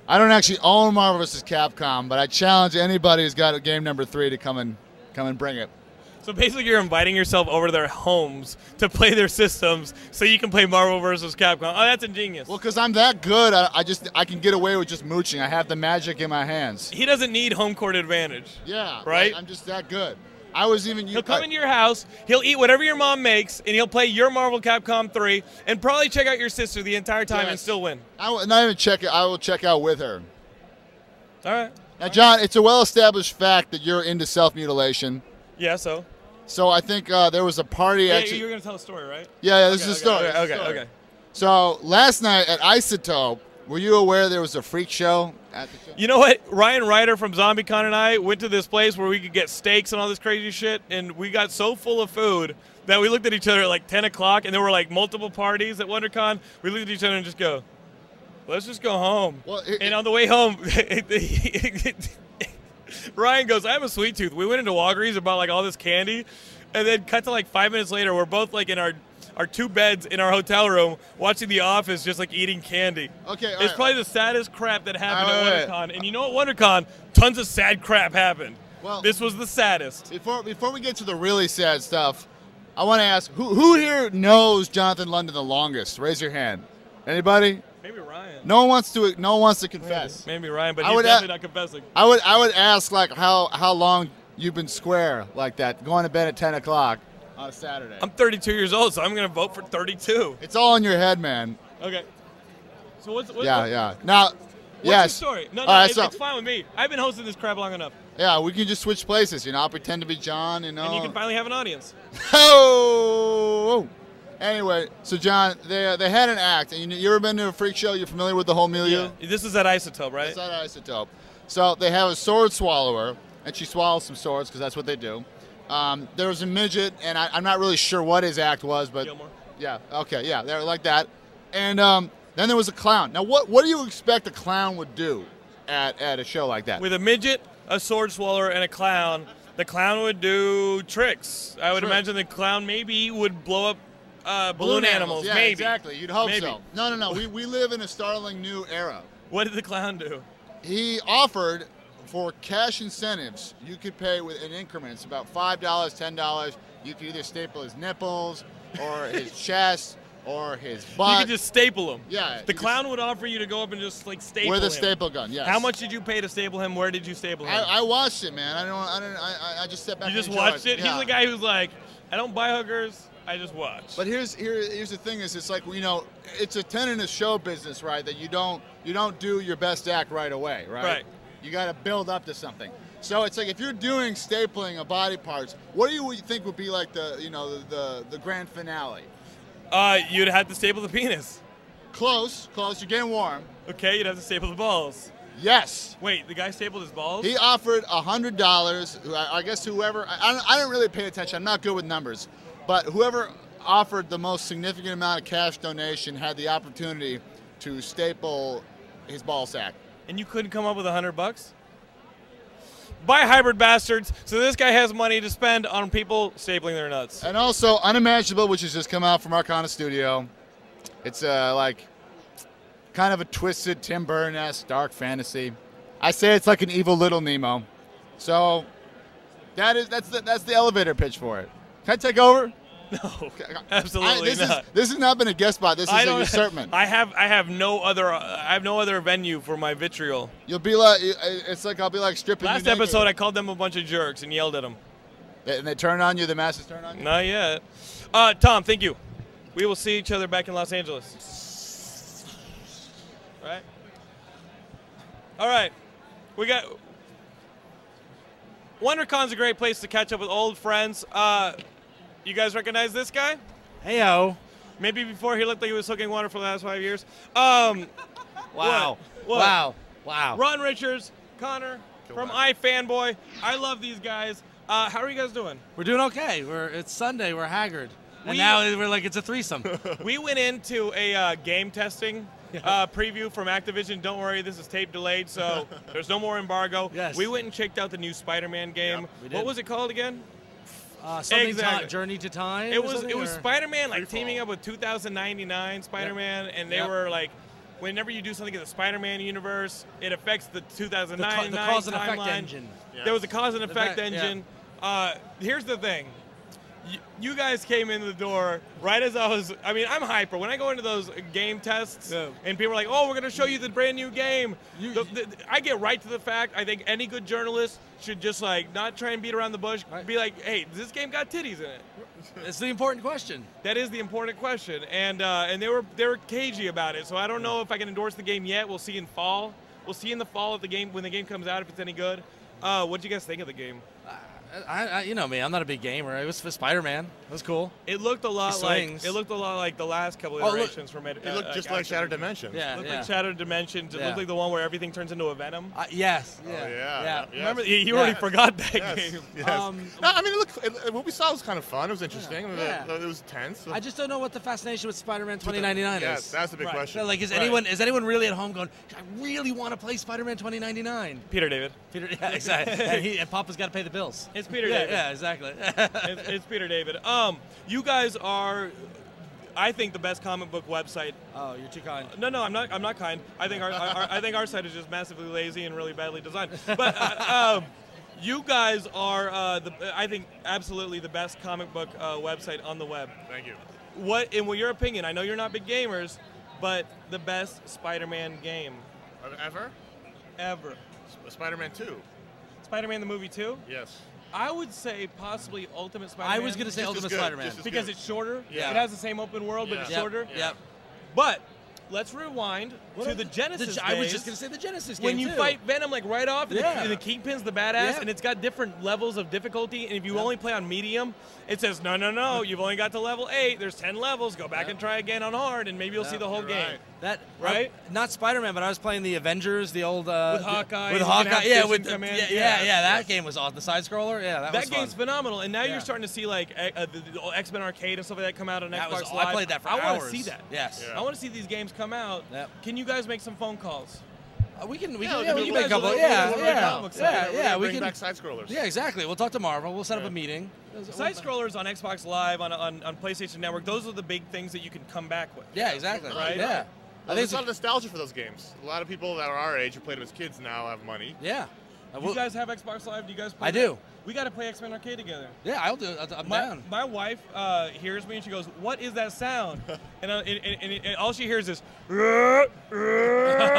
I don't actually own Marvel vs. Capcom, but I challenge anybody who's got game number three to come and come and bring it.
so basically you're inviting yourself over to their homes to play their systems so you can play marvel versus capcom oh that's ingenious
Well, because I'm that good, I, I just I can get away with just mooching. I have the magic in my hands.
he doesn't need home court advantage
Yeah,
Right?
I'm just that good. I was even.
He'll come into your house. He'll eat whatever your mom makes, and he'll play your Marvel Capcom 3, and probably check out your sister the entire time and
Yes.
still win.
I will not even check it. I will check out with her.
All right.
Now, John, it's a well-established fact that you're into self-mutilation.
Yeah. So.
So I think uh, there was a party.
Yeah,
actually,
you were gonna tell a story, right?
yeah, yeah, this
Okay,
is a story. this
Okay.
is a
Okay.
story.
okay.
So last night at Isotope, were you aware there was a freak show at the show?
You know what? Ryan Ryder from ZombieCon and I went to this place where we could get steaks and all this crazy shit, and we got so full of food that we looked at each other at like 10 o'clock, and there were like multiple parties at WonderCon. We looked at each other and just go, "Let's just go home."
Well, it-
and on the way home, Ryan goes, "I have a sweet tooth." We went into Walgreens and bought like all this candy, and then cut to like five minutes later, we're both like in our our two beds in our hotel room watching The Office, just like eating candy.
Okay, all
it's
right.
probably the saddest crap that happened
All right,
at
all
WonderCon, and you know at WonderCon, tons of sad crap happened.
Well-
this was the saddest.
Before before we get to the really sad stuff, I want to ask who who here knows Jonathan London the longest? Raise your hand. Anybody?
Maybe Ryan.
No one wants to no one wants to confess.
Maybe Ryan, but
I
he's
would
definitely
a-
not confessing.
I would I would ask like how how long you've been square like that, going to bed at ten o'clock on a uh, Saturday.
I'm 32 years old, so I'm going to vote for 32.
it's all in your head, man.
Okay. So what's, what's
Yeah,
the,
yeah. Now,
What's
yes.
your story? No, no,
All right,
it's,
so-
it's fine with me. I've been hosting this crap long enough,
yeah, we can just switch places. You know, I'll pretend to be John. You know.
and you can finally have an audience.
Oh. Anyway, so John, they uh, they had an act, and you, you ever been to a freak show? You're familiar with the whole milieu.
This is at Isotope, right?
It's not an isotope. So they have a sword swallower, and she swallows some swords because that's what they do. Um, there was a midget, and I, I'm not really sure what his act was, but
Gilmore.
yeah, okay, yeah, they're like that. And um, then there was a clown. Now, what what do you expect a clown would do at, at a show like that?
With a midget, a sword swallower, and a clown, the clown would do tricks. I would
Sure.
imagine the clown maybe would blow up uh, balloon, animals.
yeah,
maybe.
exactly. You'd hope
Maybe.
so. No, no, no. We, we live in a startling new era.
What did the clown do?
He offered for cash incentives, you could pay with in increments about five dollars, ten dollars. You could either staple his nipples or his chest or his butt.
you could just staple him.
Yeah, you
The
could
clown would offer you to go up and just like staple
with a
him.
staple gun. Yes.
How much did you pay to staple him? Where did you staple him?
I, I watched it, man. I don't. I don't. I, I- I just stepped back.
you
and
just
enjoyed
watched it.
Yeah.
He's the guy who's like, I don't buy hookers. I just watch.
But here's here, here's the thing: is it's like you know, it's a tenet of show business, right? That you don't you don't do your best act right away, right?
Right.
You got to build up to something. So it's like if you're doing stapling of body parts, what do you think would be like the you know the the, the grand finale?
uh, you'd have to staple the penis.
Close, close. You're getting warm.
Okay, you'd have to staple the balls.
Yes.
Wait, the guy stapled his balls?
He offered hundred dollars. I I guess whoever I, I don't- I didn't really pay attention. I'm not good with numbers, but whoever offered the most significant amount of cash donation had the opportunity to staple his ball sack.
and you couldn't come up with a hundred bucks? Buy hybrid bastards. So this guy has money to spend on people stapling their nuts.
And also unimaginable, which has just come out from our Arcana Studio. It's uh, like kind of a twisted Tim Burton-esque dark fantasy. I say it's like an evil Little Nemo. So that is that's the, that's the elevator pitch for it. Can I take over?
No,
I,
absolutely
this
not.
Is, this has not been a guest spot. This is
I
a
don't.
usurpment.
I have. I have no other. I have no other venue for my vitriol.
You'll be uh, like, it's like I'll be like stripping. you
Last
naked.
episode, I called them a bunch of jerks and yelled at them.
and they turn on you. The masses turn on you.
Not yet. Uh, Tom, thank you. We will see each other back in Los Angeles. Right? All right. We got. WonderCon's a great place to catch up with old friends. Uh, you guys recognize this guy?
Heyo.
Maybe before he looked like he was soaking water for the last five years. Um,
Wow.
what?
Wow. Wow.
Ron Richards, Connor from iFanboy. I love these guys. Uh, how are you guys doing?
We're doing okay. We're it's Sunday. We're haggard. And
We-
now we're like it's a threesome.
We went into a uh, game testing uh, preview from Activision. Don't worry, this is tape delayed, so there's no more embargo.
Yes.
We went and checked out the new Spider-Man game.
Yep, we
what
did.
was it called again?
Uh, something
Exactly.
ti- journey to time.
It
or
was
something,
it was
or-
Spider-Man like teaming up with 2099 Spider-Man, and they
Yep.
were like, whenever you do something in the Spider-Man universe, it affects the
the, ca-
2099
the cause and effect
timeline.
engine.
There was a cause and effect
fact- yeah.
engine. Uh, here's the thing. You, you guys came in the door right as I was. I mean, I'm hyper. When I go into those game tests
Yeah.
and people are like, oh, we're going to show you the brand new game,
You-
the, the, I get right to the fact. I think any good journalist should just like not try and beat around the bush.
Right.
Be like, hey, this game got titties in it.
It's the important question.
That is the important question, and uh, and they were they were cagey about it. So I don't know if I can endorse the game yet. We'll see in fall. We'll see in the fall of the game when the game comes out if it's any good. Uh, what would you guys think of the game?
I, I you know me. I'm not a big gamer. It was for Spider-Man. It was cool.
It looked a lot
He
like
swings.
it looked a lot like the last
Oh,
couple
look-
iterations from it. uh,
It looked just like Shattered Dimensions.
It
Yeah.
looked
yeah.
like Shattered Dimensions. It
Yeah.
looked like the one where everything turns into a Venom.
Uh, yes. Yeah.
Oh, yeah.
Yeah.
Yes.
Remember, you you already
Yeah.
forgot that
Yes.
game.
yes.
Um,
no, I mean, it looked, it, what we saw was kind of fun. It was interesting. I mean,
Yeah.
It, it was tense.
I just don't know what the fascination with Spider-Man 2099
yeah,
is.
that's the big
Right.
question.
So, like, is
Right.
anyone is anyone really at home going? I really want to play Spider-Man 2099.
Peter David.
Peter, yeah, exactly. and, he, and Papa's got to pay the bills.
It's Peter
yeah,
David.
yeah, exactly.
It's, it's Peter David. Um, you guys are, I think, the best comic book website.
oh, you're too kind.
No, no, I'm not. I'm not kind. I think our, our I think our site is just massively lazy and really badly designed. But uh, um, You guys are, uh, the, I think, absolutely the best comic book uh, website on the web.
Thank you.
What, in your opinion, I know you're not big gamers, but the best Spider-Man game
ever?
ever.
Spider-Man 2.
Spider-Man the movie too?
Yes.
I would say possibly Ultimate Spider-Man.
I was gonna say Just as Ultimate good, Spider-Man. just as
because
good.
it's shorter.
Yeah.
It has the same open world, but
Yeah.
it's
Yep,
shorter.
yep.
But let's rewind
What
to
are
the
the-
Genesis.
the- I was
days
just gonna say the Genesis
When
game,
you
too.
fight Venom like right off, and,
Yeah.
the, and the Kingpin's the badass,
Yeah.
and it's got different levels of difficulty. And if you only play on medium, it says no, no, no. You've only got to level eight. There's ten levels. Go back and try again on hard, and maybe you'll see the whole game.
That
Right?
I- not Spider-Man, but I was playing the Avengers, the old uh,
With Hawkeye,
With
you can
Hawkeye,
have
yeah,
Vision
with the-
come in.
yeah, yeah,
Yeah.
yeah, That game was awesome. The side scroller, yeah, that,
That,
was
game's
fun.
phenomenal, and now
Yeah.
you're starting to see like eh, uh, the, the X Men Arcade and stuff like that come out on
That
Xbox
was- I
Live.
played that for
I want to
hours.
see that.
Yes. Yeah.
I want to see these games come out.
Yep.
Can you guys make some phone calls?
Uh, we can, we
Yeah,
can,
we
yeah,
can
we
do
can
that
make a
as a
couple,
little-
yeah,
little
yeah,
comic
yeah,
side.
yeah, we
Bring
can
back side scrollers.
Yeah, exactly. We'll talk to Marvel. We'll set up a meeting.
Side scrollers on Xbox Live on, on on PlayStation Network. Those are the big things that you can come back with.
Yeah, exactly.
Right.
Yeah.
Well, there's a lot of nostalgia for those games. A lot of people that are our age who played them as kids now have money.
Yeah.
Do you guys have Xbox Live? Do you guys? Play
I
that?
do.
We got to play X Men Arcade together.
Yeah, I'll do it. I'll- I'm
my,
down.
my wife uh, hears me and she goes, "What is that sound?" And, uh, and, and, and- and all she hears is.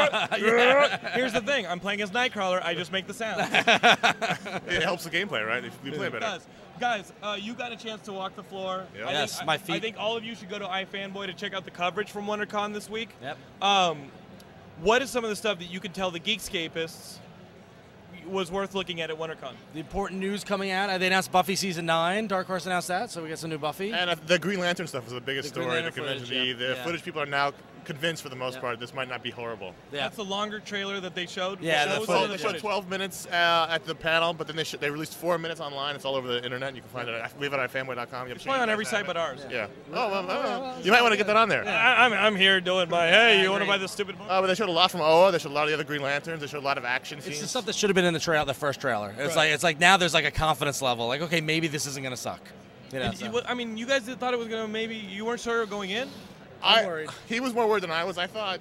Here's the thing: I'm playing as Nightcrawler. I just make the sound.
it helps the gameplay, right? If you play
It
better.
does. Guys, uh, you got a chance to walk the floor.
Yeah.
I think-
Yes,
I-
my feet.
I think all of you should go to iFanboy to check out the coverage from WonderCon this week.
Yep.
Um, what is some of the stuff that you could tell the Geekscapists was worth looking at at WonderCon?
The important news coming out. uh, They announced Buffy season nine. Dark Horse announced that, so we got some new Buffy.
And uh, the Green Lantern stuff was the biggest
The Green
story at the
Lantern
convention.
footage,
the
yeah.
the
Yeah.
footage people are now convinced for the most
Yeah.
part this might not be horrible.
That's the longer trailer that they showed.
Yeah,
What
they
was
showed,
all the
they showed
footage?
12 minutes uh, at the panel, but then they, sh- they released four minutes online. It's all over the internet. You can find it. At, we have it at fanboy.com. It's
probably on every site but ours.
Yeah. Oh, well, well, you might want to get that on there.
I, I'm, I'm here doing my, hey, you want to buy this stupid book?
Uh, but they showed a lot from Oa. They showed a lot of the other Green Lanterns. They showed a lot of action scenes.
It's the stuff that should have been in the trailer, the first trailer. It's like it's like now there's like a confidence level. Like okay, maybe this isn't gonna suck. You know,
And
so.
you- I mean, you guys thought it was going to maybe, you weren't sure going in?
I, He was more worried than I was. I thought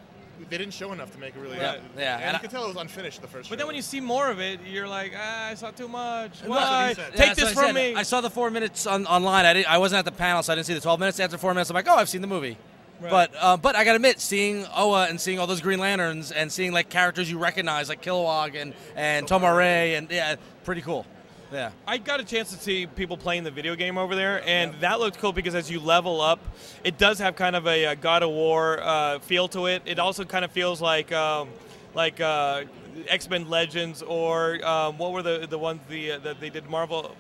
they didn't show enough to make it really.
Yeah. Yeah,
And,
and
you
I-
could tell it was unfinished the first.
But then when you see more of it, you're like, ah, I saw too much.
Well,
Why?
yeah,
Take
that's
this
what I
from
said.
me.
I saw the four minutes on, online. I, didn't, I wasn't at the panel, so I didn't see the 12 minutes. After four minutes, I'm like, oh, I've seen the movie.
Right.
But uh, but I gotta admit, seeing Oa and seeing all those Green Lanterns and seeing like characters you recognize like Kilowog and and Tomare and yeah, pretty cool. Yeah.
I got a chance to see people playing the video game over there, and that looked cool because as you level up, it does have kind of a, uh God of War uh, feel to it. It also kind of feels like um, like uh, X Men Legends or um, what were the the ones the uh, that they did Marvel.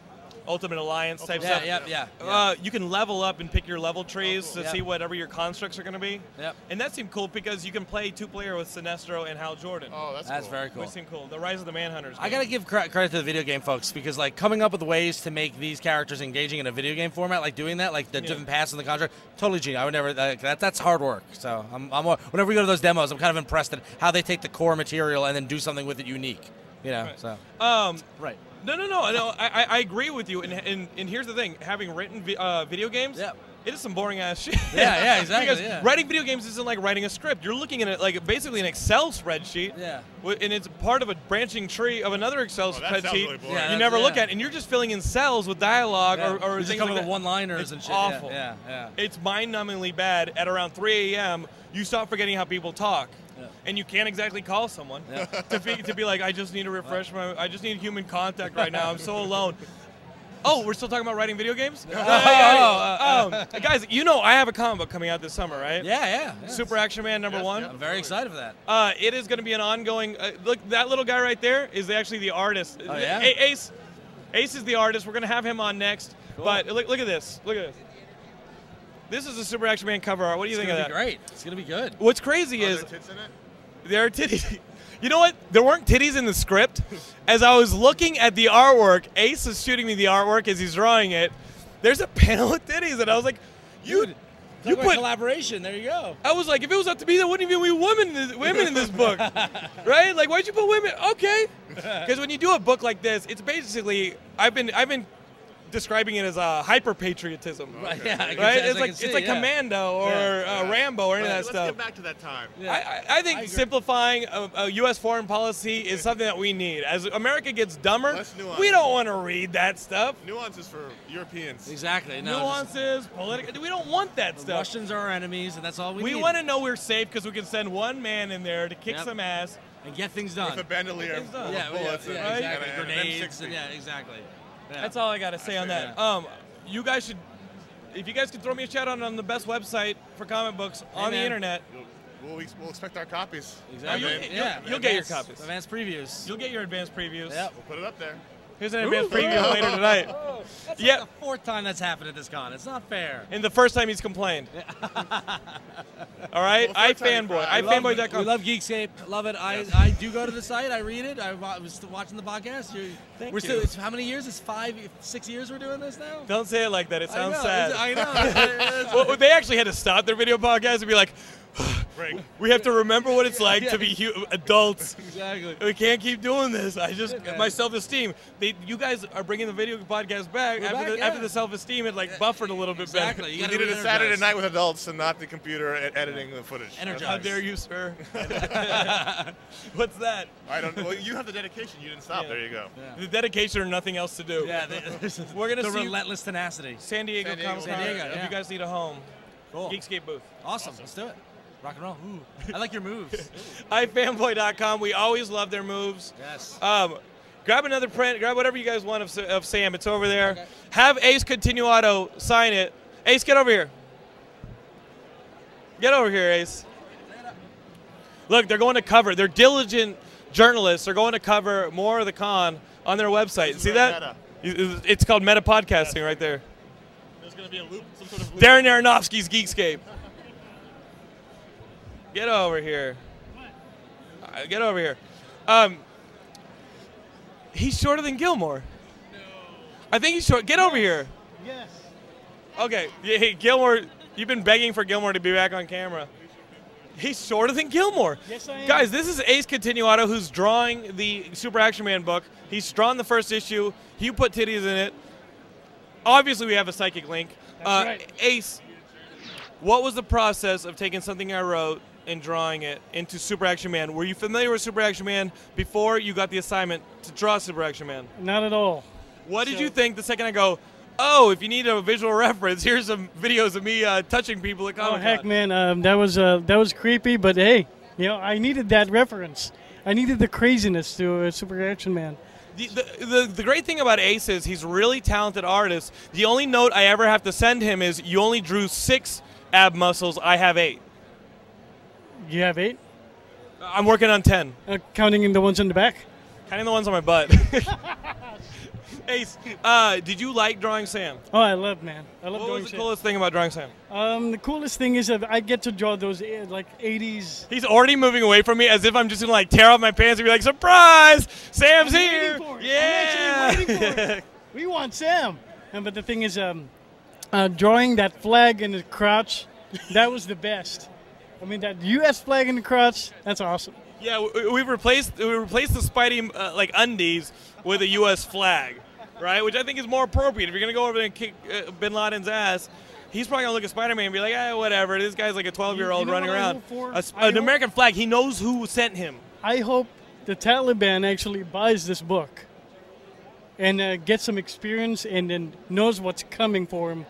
Ultimate Alliance type
Yeah,
stuff.
yeah, yeah,
Uh, you can level up and pick your level trees to
Yep.
see whatever your constructs are going to be.
Yep.
And that seemed cool because you can play two player with Sinestro and Hal Jordan. Oh,
that's,
That's cool. very cool.
Which seemed cool. The Rise of the Manhunters.
I
game.
gotta give cre- credit to the video game folks because like coming up with ways to make these characters engaging in a video game format, like doing that, like the
Yeah.
different paths in the contract, totally genius. I would never like, that. That's hard work. So I'm, I'm whenever we go to those demos, I'm kind of impressed at how they take the core material and then do something with it unique. You know, so
Um,
right.
No, no, no. no I, I, I agree with you. And, and, and here's the thing: having written vi- uh, video games, it is some boring ass shit.
Yeah, yeah, exactly,
because
yeah.
writing video games isn't like writing a script. You're looking at it like basically an Excel spreadsheet.
Yeah.
wi- And it's part of a branching tree of another Excel
Oh, that sounds
spreadsheet
really boring. Yeah,
you
that's-
never look
yeah.
at, and you're just filling in cells with dialogue
Yeah.
or, or
You just
things
come
like
up with
that.
one-liners
It's
and shit, yeah,
Awful.
yeah, yeah.
It's mind-numbingly bad. At around 3 a.m., you stop forgetting how people talk. And you can't exactly call someone
Yeah.
to, be, to be like, I just need to refresh my, I just need human contact right now. I'm so alone. Oh, we're still talking about writing video games? Oh,
Oh,
um, guys, you know I have a comic book coming out this summer, right?
Yeah, yeah. yeah.
Super Action Man number one.
I'm very excited for that.
Uh, it is going to be an ongoing. Uh, look, that little guy right there is actually the artist.
Oh, yeah?
A- Ace, Ace is the artist. We're going to have him on next. But look, look at this. Look at this. This is a Super Action Man cover art. What do you
it's
think
gonna
of
be
that?
great. It's gonna be good.
What's crazy is there are titties. You know what? There weren't titties in the script. As I was looking at the artwork, Ace is shooting me the artwork as he's drawing it. There's a panel with titties, and I was like, "You, you
Talk about
put."
collaboration. There you go.
I was like, "If it was up to me, there wouldn't even be women in this, women in this book, right? Like, why'd you put women? Okay, because when you do a book like this, it's basically I've been I've been describing it as uh, hyper patriotism. Right?
yeah, I can see-
right?
as
It's
I can
like
see,
it's like
yeah.
Commando or
Yeah.
Uh, Rambo or any of that
Let's
stuff.
get back to that time.
I- I, I think simplifying a, a U.S. foreign policy is something that we need. As America gets dumber,
Less nuance.
we don't want to read that stuff.
Nuances for Europeans.
Exactly. No, just-
Nuances, political. We don't want that
the
stuff.
Russians are our enemies, and that's all we,
We
need.
want to know we're safe because we can send one man in there to kick
Yep.
some ass.
and get things
With a
done.
bandolier.
It's done.
full of
Yeah, well, yeah,
bullets
yeah,
and-
exactly.
and an
Grenades.
M60.
And, yeah, exactly. Yeah.
That's all I got to say on that. Um, you guys should, if you guys could throw me a shout out on the best website for comic books on the
man.
internet,
You'll- We'll, ex- we'll expect our copies.
Exactly.
I mean,
you'll-
yeah.
you'll get your
Advanced-
copies.
Advanced previews.
you'll get your advanced previews.
Yep. Oh,
We'll put it up there.
Here's an advanced preview later tonight.
That's
Yeah.
like the fourth time that's happened at this con. It's not fair.
And the first time he's complained. All right,
Well,
I
first time he
fanboy,
cried.
I
We love-
fanboy.com.
We love Geekscape. Love it. I, I do go to the site. I read it. I wa- was watching the podcast. You're,
Thank
we're Still,
you.
it's how many years? It's five, six years we're doing this now.
Don't say it like that. It sounds
I know,
sad.
I know.
well, they actually had to stop their video podcast and be like,
Break.
we have to remember what it's like to be hu- adults.
exactly.
We can't keep doing this. I just
Yeah, man.
my self-esteem. They, you guys are bringing the video podcast back after,
back,
the,
yeah.
after the self-esteem had like buffered a little bit
Exactly. You
We
gotta
did it a
re-energize.
Saturday night with adults and not the computer e- editing the footage.
better.
Energize.
How dare you, sir? What's that?
I don't. Well, you have the dedication. You didn't stop.
Yeah.
There you go.
The dedication or nothing else to do.
Yeah, they,
We're gonna
the
see you-
relentless tenacity.
San Diego
San Diego
Comic Con.
Comic
Con,
If
yeah.
you guys need a home,
Cool.
Geekscape booth.
Awesome. Let's do it. Rock and roll. Ooh. I like your moves.
iFanboy.com. We always love their moves.
yes.
Um, grab another print. Grab whatever you guys want of, Sa- of Sam. It's over there. Have Ace Continuato sign it. Ace, get over here. Get over here, Ace. Look, they're going to cover. They're diligent journalists. They're going to cover more of the con on their website. See
very
that? You- It's called meta podcasting right there.
There's going to be a loop, some sort of loop.
Darren Aronofsky's Geekscape. Get over here. Uh, get over here. Um, he's shorter than Gilmore. I think he's short. Get over here.
Yes.
Okay. Yeah, hey, Gilmore, you've been begging for Gilmore to be back on camera. He's shorter than Gilmore.
Yes, I am.
Guys, this is Ace Continuato who's drawing the Super Action Man book. He's drawn the first issue. He put titties in it. Obviously, we have a psychic link. uh,
right.
Ace, what was the process of taking something I wrote and drawing it into Super Action Man? Were you familiar with Super Action Man before you got the assignment to draw Super Action Man?
Not at all.
What did
So-
you think the second I go, oh, if you need a visual reference, here's some videos of me uh, touching people at
Oh
Comic Con?
heck, man, um, that was uh, that was creepy. But hey, you know, I needed that reference. I needed the craziness to uh, Super Action Man.
The, the, the, the great thing about Ace is he's a really talented artist. The only note I ever have to send him is, you only drew six ab muscles, I have eight.
You have eight,
I'm working on ten.
uh, counting in the ones in the back.
Counting the ones on my butt. Ace, uh, did you like drawing Sam?
Oh, I love, man. I love
What
doing
was the
shit.
coolest thing about drawing Sam?
Um, the coolest thing is that I get to draw those uh, like '80s.
He's already moving away from me as if I'm just gonna like tear off my pants and be like, "Surprise! Sam's
I'm
here!"
waiting for it. I'm
yeah.
actually waiting for it. we want Sam. And, but the thing is, um, uh, drawing that flag in the crotch, that was the best. I mean, that U.S. flag in the crotch, that's awesome.
Yeah, we, we replaced we replaced the Spidey uh, like undies with a U.S. flag, right? Which I think is more appropriate. If you're gonna go over there and kick uh, Bin Laden's ass, he's probably gonna look at Spider-Man and be like, "Ah, whatever." This guy's like a 12-year-old
You- you know
running
what I
around.
hope for?
A s-
I
an
hope-
American flag. He knows who sent him.
I hope the Taliban actually buys this book and uh, gets some experience and then knows what's coming for him.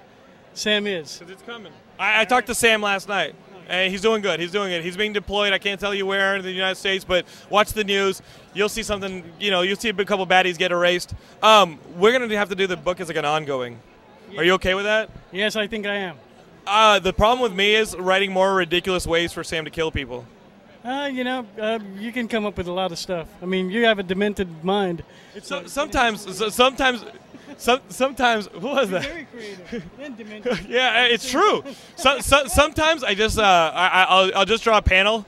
Sam is.
It's coming. I, I talked to Sam last night. And he's doing good. He's doing it. He's being deployed. I can't tell you where in the United States, but watch the news. You'll see something. You know, you'll see a big couple baddies get erased. Um, we're gonna have to do the book as like an ongoing. Are you okay with that?
Yes, I think I am.
Uh, the problem with me is writing more ridiculous ways for Sam to kill people.
Uh, you know, uh, you can come up with a lot of stuff. I mean, you have a demented mind.
So, sometimes, so, sometimes, some, sometimes. Who was that?
Very creative and demented.
Yeah, eh, it's true. So, so, sometimes I just uh, I, I- I'll, I'll just draw a panel.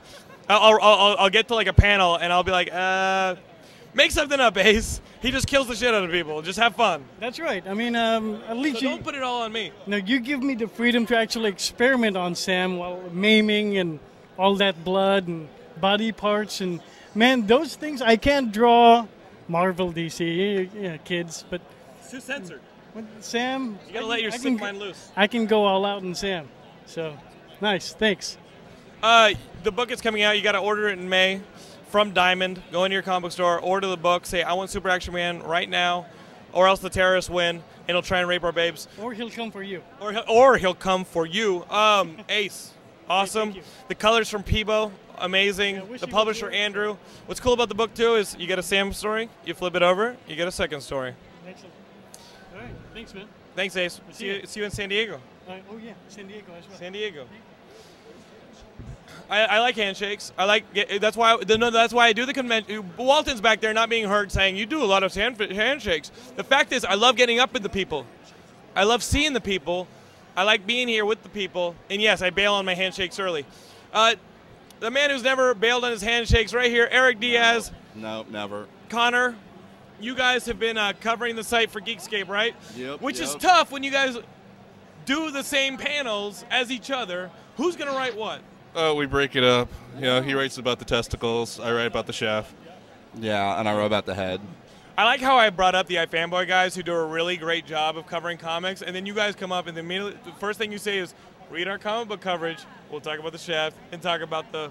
I'll, I'll, I'll, I'll get to like a panel and I'll be like, uh, make something up, Ace. He just kills the shit out of people. Just have fun.
That's right. I mean, um, at least
So
you.
don't put it all on me.
No, you give me the freedom to actually experiment on Sam while maiming and all that blood and body parts and man, those things I can't draw. Marvel, DC, yeah, kids, but
It's too censored.
With Sam,
You gotta
I
let
can-
your
I
sick
can go-
mind loose.
I can go all out in Sam. So, nice. Thanks.
Uh, the book is coming out. You got to order it in May from Diamond. Go into your comic book store, order the book, say, I want Super Action Man right now, or else the terrorists win, and he'll try and rape our babes.
Or he'll come for you.
Or he'll, or he'll come for you. Um, Ace, awesome. the colors from Peebo, amazing.
wish
the
he was
publisher,
here.
Andrew. What's cool about the book, too, is you get a Sam story, you flip it over, you get a second story.
Excellent. All right. Thanks, man.
Thanks, Ace. See you, see you in San Diego.
All right. Oh, yeah. San Diego as well.
San Diego. I, I like handshakes. I like get, that's why the, no, that's why I do the convention. Walton's back there not being heard saying you do a lot of hand, handshakes. The fact is, I love getting up with the people. I love seeing the people. I like being here with the people. And yes, I bail on my handshakes early. Uh, the man who's never bailed on his handshakes right here, Eric Diaz.
No, never.
Connor, you guys have been uh, covering the site for Geekscape, right?
Yep,
Which is
yep.
tough when you guys do the same panels as each other. Who's gonna write what?
Uh, we break it up. You know, he writes about the testicles. I write about the shaft.
Yeah, and I wrote about the head.
I like how I brought up the iFanboy guys who do a really great job of covering comics, and then you guys come up and then immediately the first thing you say is, "Read our comic book coverage. We'll talk about the shaft and talk about the."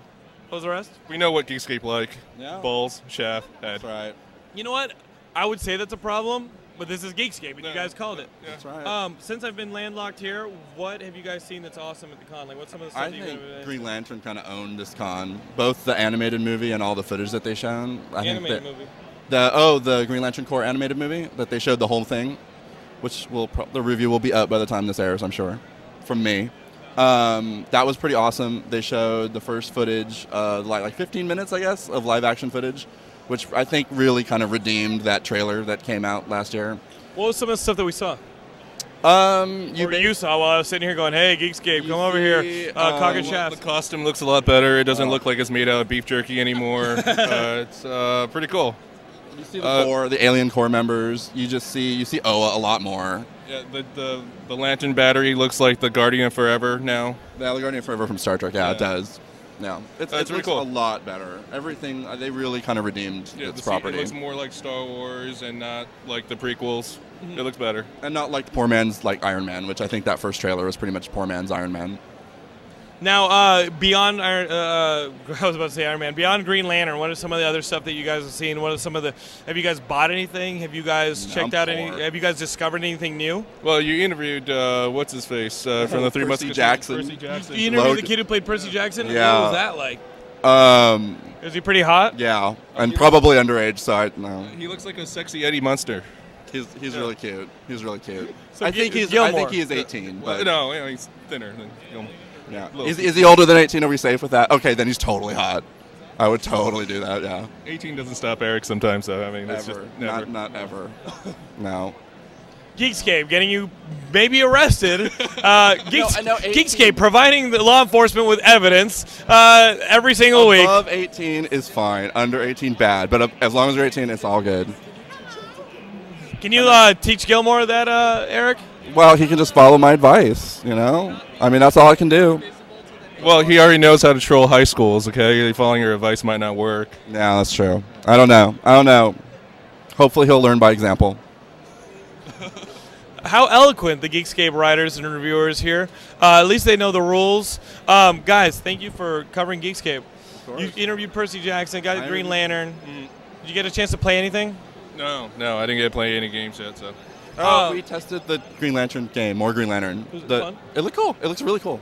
What was the rest?
We know what Geekscape like.
Yeah.
Balls, shaft, head.
That's right.
You know what? I would say that's a problem, but this is Geekscape, and you guys called it.
That's right.
Um, since I've been landlocked here, what have you guys seen that's awesome at the con? Like, what's some of the stuff
I
that you guys
think
have been-
Green Lantern kind of owned this con, both the animated movie and all the footage that they shown. I
Animated
think that,
movie.
The oh, the Green Lantern Corps animated movie that they showed the whole thing, which will pro- the review will be up by the time this airs, I'm sure, from me. Um, that was pretty awesome. They showed the first footage, uh, like like 15 minutes, I guess, of live action footage, which I think really kind of redeemed that trailer that came out last year.
What was some of the stuff that we saw?
Um, you
You, you saw while I was sitting here going, "Hey, Geekscape, come over here,
see,
uh, cock and
um,
The
shaft."
costume looks a lot better. It
Oh.
doesn't look like it's made out of beef jerky anymore. uh, it's uh, pretty cool.
You see the
Uh,
core, the alien core members. You just see you see Oa a lot more.
Yeah, the, the the lantern battery looks like the Guardian of Forever now.
The Allegory Forever from Star Trek. Yeah, it
Yeah.
does. Yeah, it's,
Uh, it's
it
really
looks
cool.
a lot better. Everything uh, they really kind of redeemed
Yeah,
its
the se-
property,
It looks more like Star Wars and not like the prequels. It looks better.
and not like poor man's like Iron Man, which I think that first trailer was pretty much poor man's Iron Man.
Now, uh, beyond Iron, uh, I was about to say Iron Man. Beyond Green Lantern, what are some of the other stuff that you guys have seen? What are some of the? Have you guys bought anything? Have you guys
No,
checked
I'm
out any?
poor.
Have you guys discovered anything new?
Well, you interviewed uh, what's his face uh, from the Three
Percy
Musketeers.
Jackson.
Percy Jackson.
You interviewed the
Load.
kid who played Percy Jackson. What
Yeah.
was that like?
Um,
Is he pretty hot?
yeah, and probably underage. So I no,
He looks like a sexy Eddie Munster.
he's he's really cute. He's really cute.
So
I think
Gil-
he's I
Gilmore.
think he is 18,
Well,
but
no, you know, he's thinner than Gilmore.
yeah.
Look.
Is, is he older than 18? Are we safe with that? Okay, then he's totally hot. I would totally do that. Yeah.
18 doesn't stop Eric sometimes, though. I mean, it's
Ever.
just never.
Not, not ever. no.
Geekscape getting you maybe arrested. Uh, Geeks-
I know, 18.
Geekscape providing the law enforcement with evidence uh, every single week.
Above 18 is fine. Under 18, bad. But uh, as long as you're 18, it's all good.
Can you uh, teach Gilmore that, uh, Eric?
Well, he can just follow my advice, you know? I mean, that's all I can do.
well, he already knows how to troll high schools. Okay, following your advice might not work.
Yeah, that's true. I don't know. I don't know. Hopefully, he'll learn by example.
How eloquent the Geekscape writers and reviewers here. Uh, at least they know the rules. Um, guys, thank you for covering Geekscape. You interviewed Percy Jackson, got
I interviewed-
Green
Mm.
Lantern. Did you get a chance to play anything?
No, no, I didn't get to play any games yet. So
Oh,
Uh,
we tested the Green Lantern game, more Green Lantern.
Was it
The-
fun?
It looked cool. It looks really cool.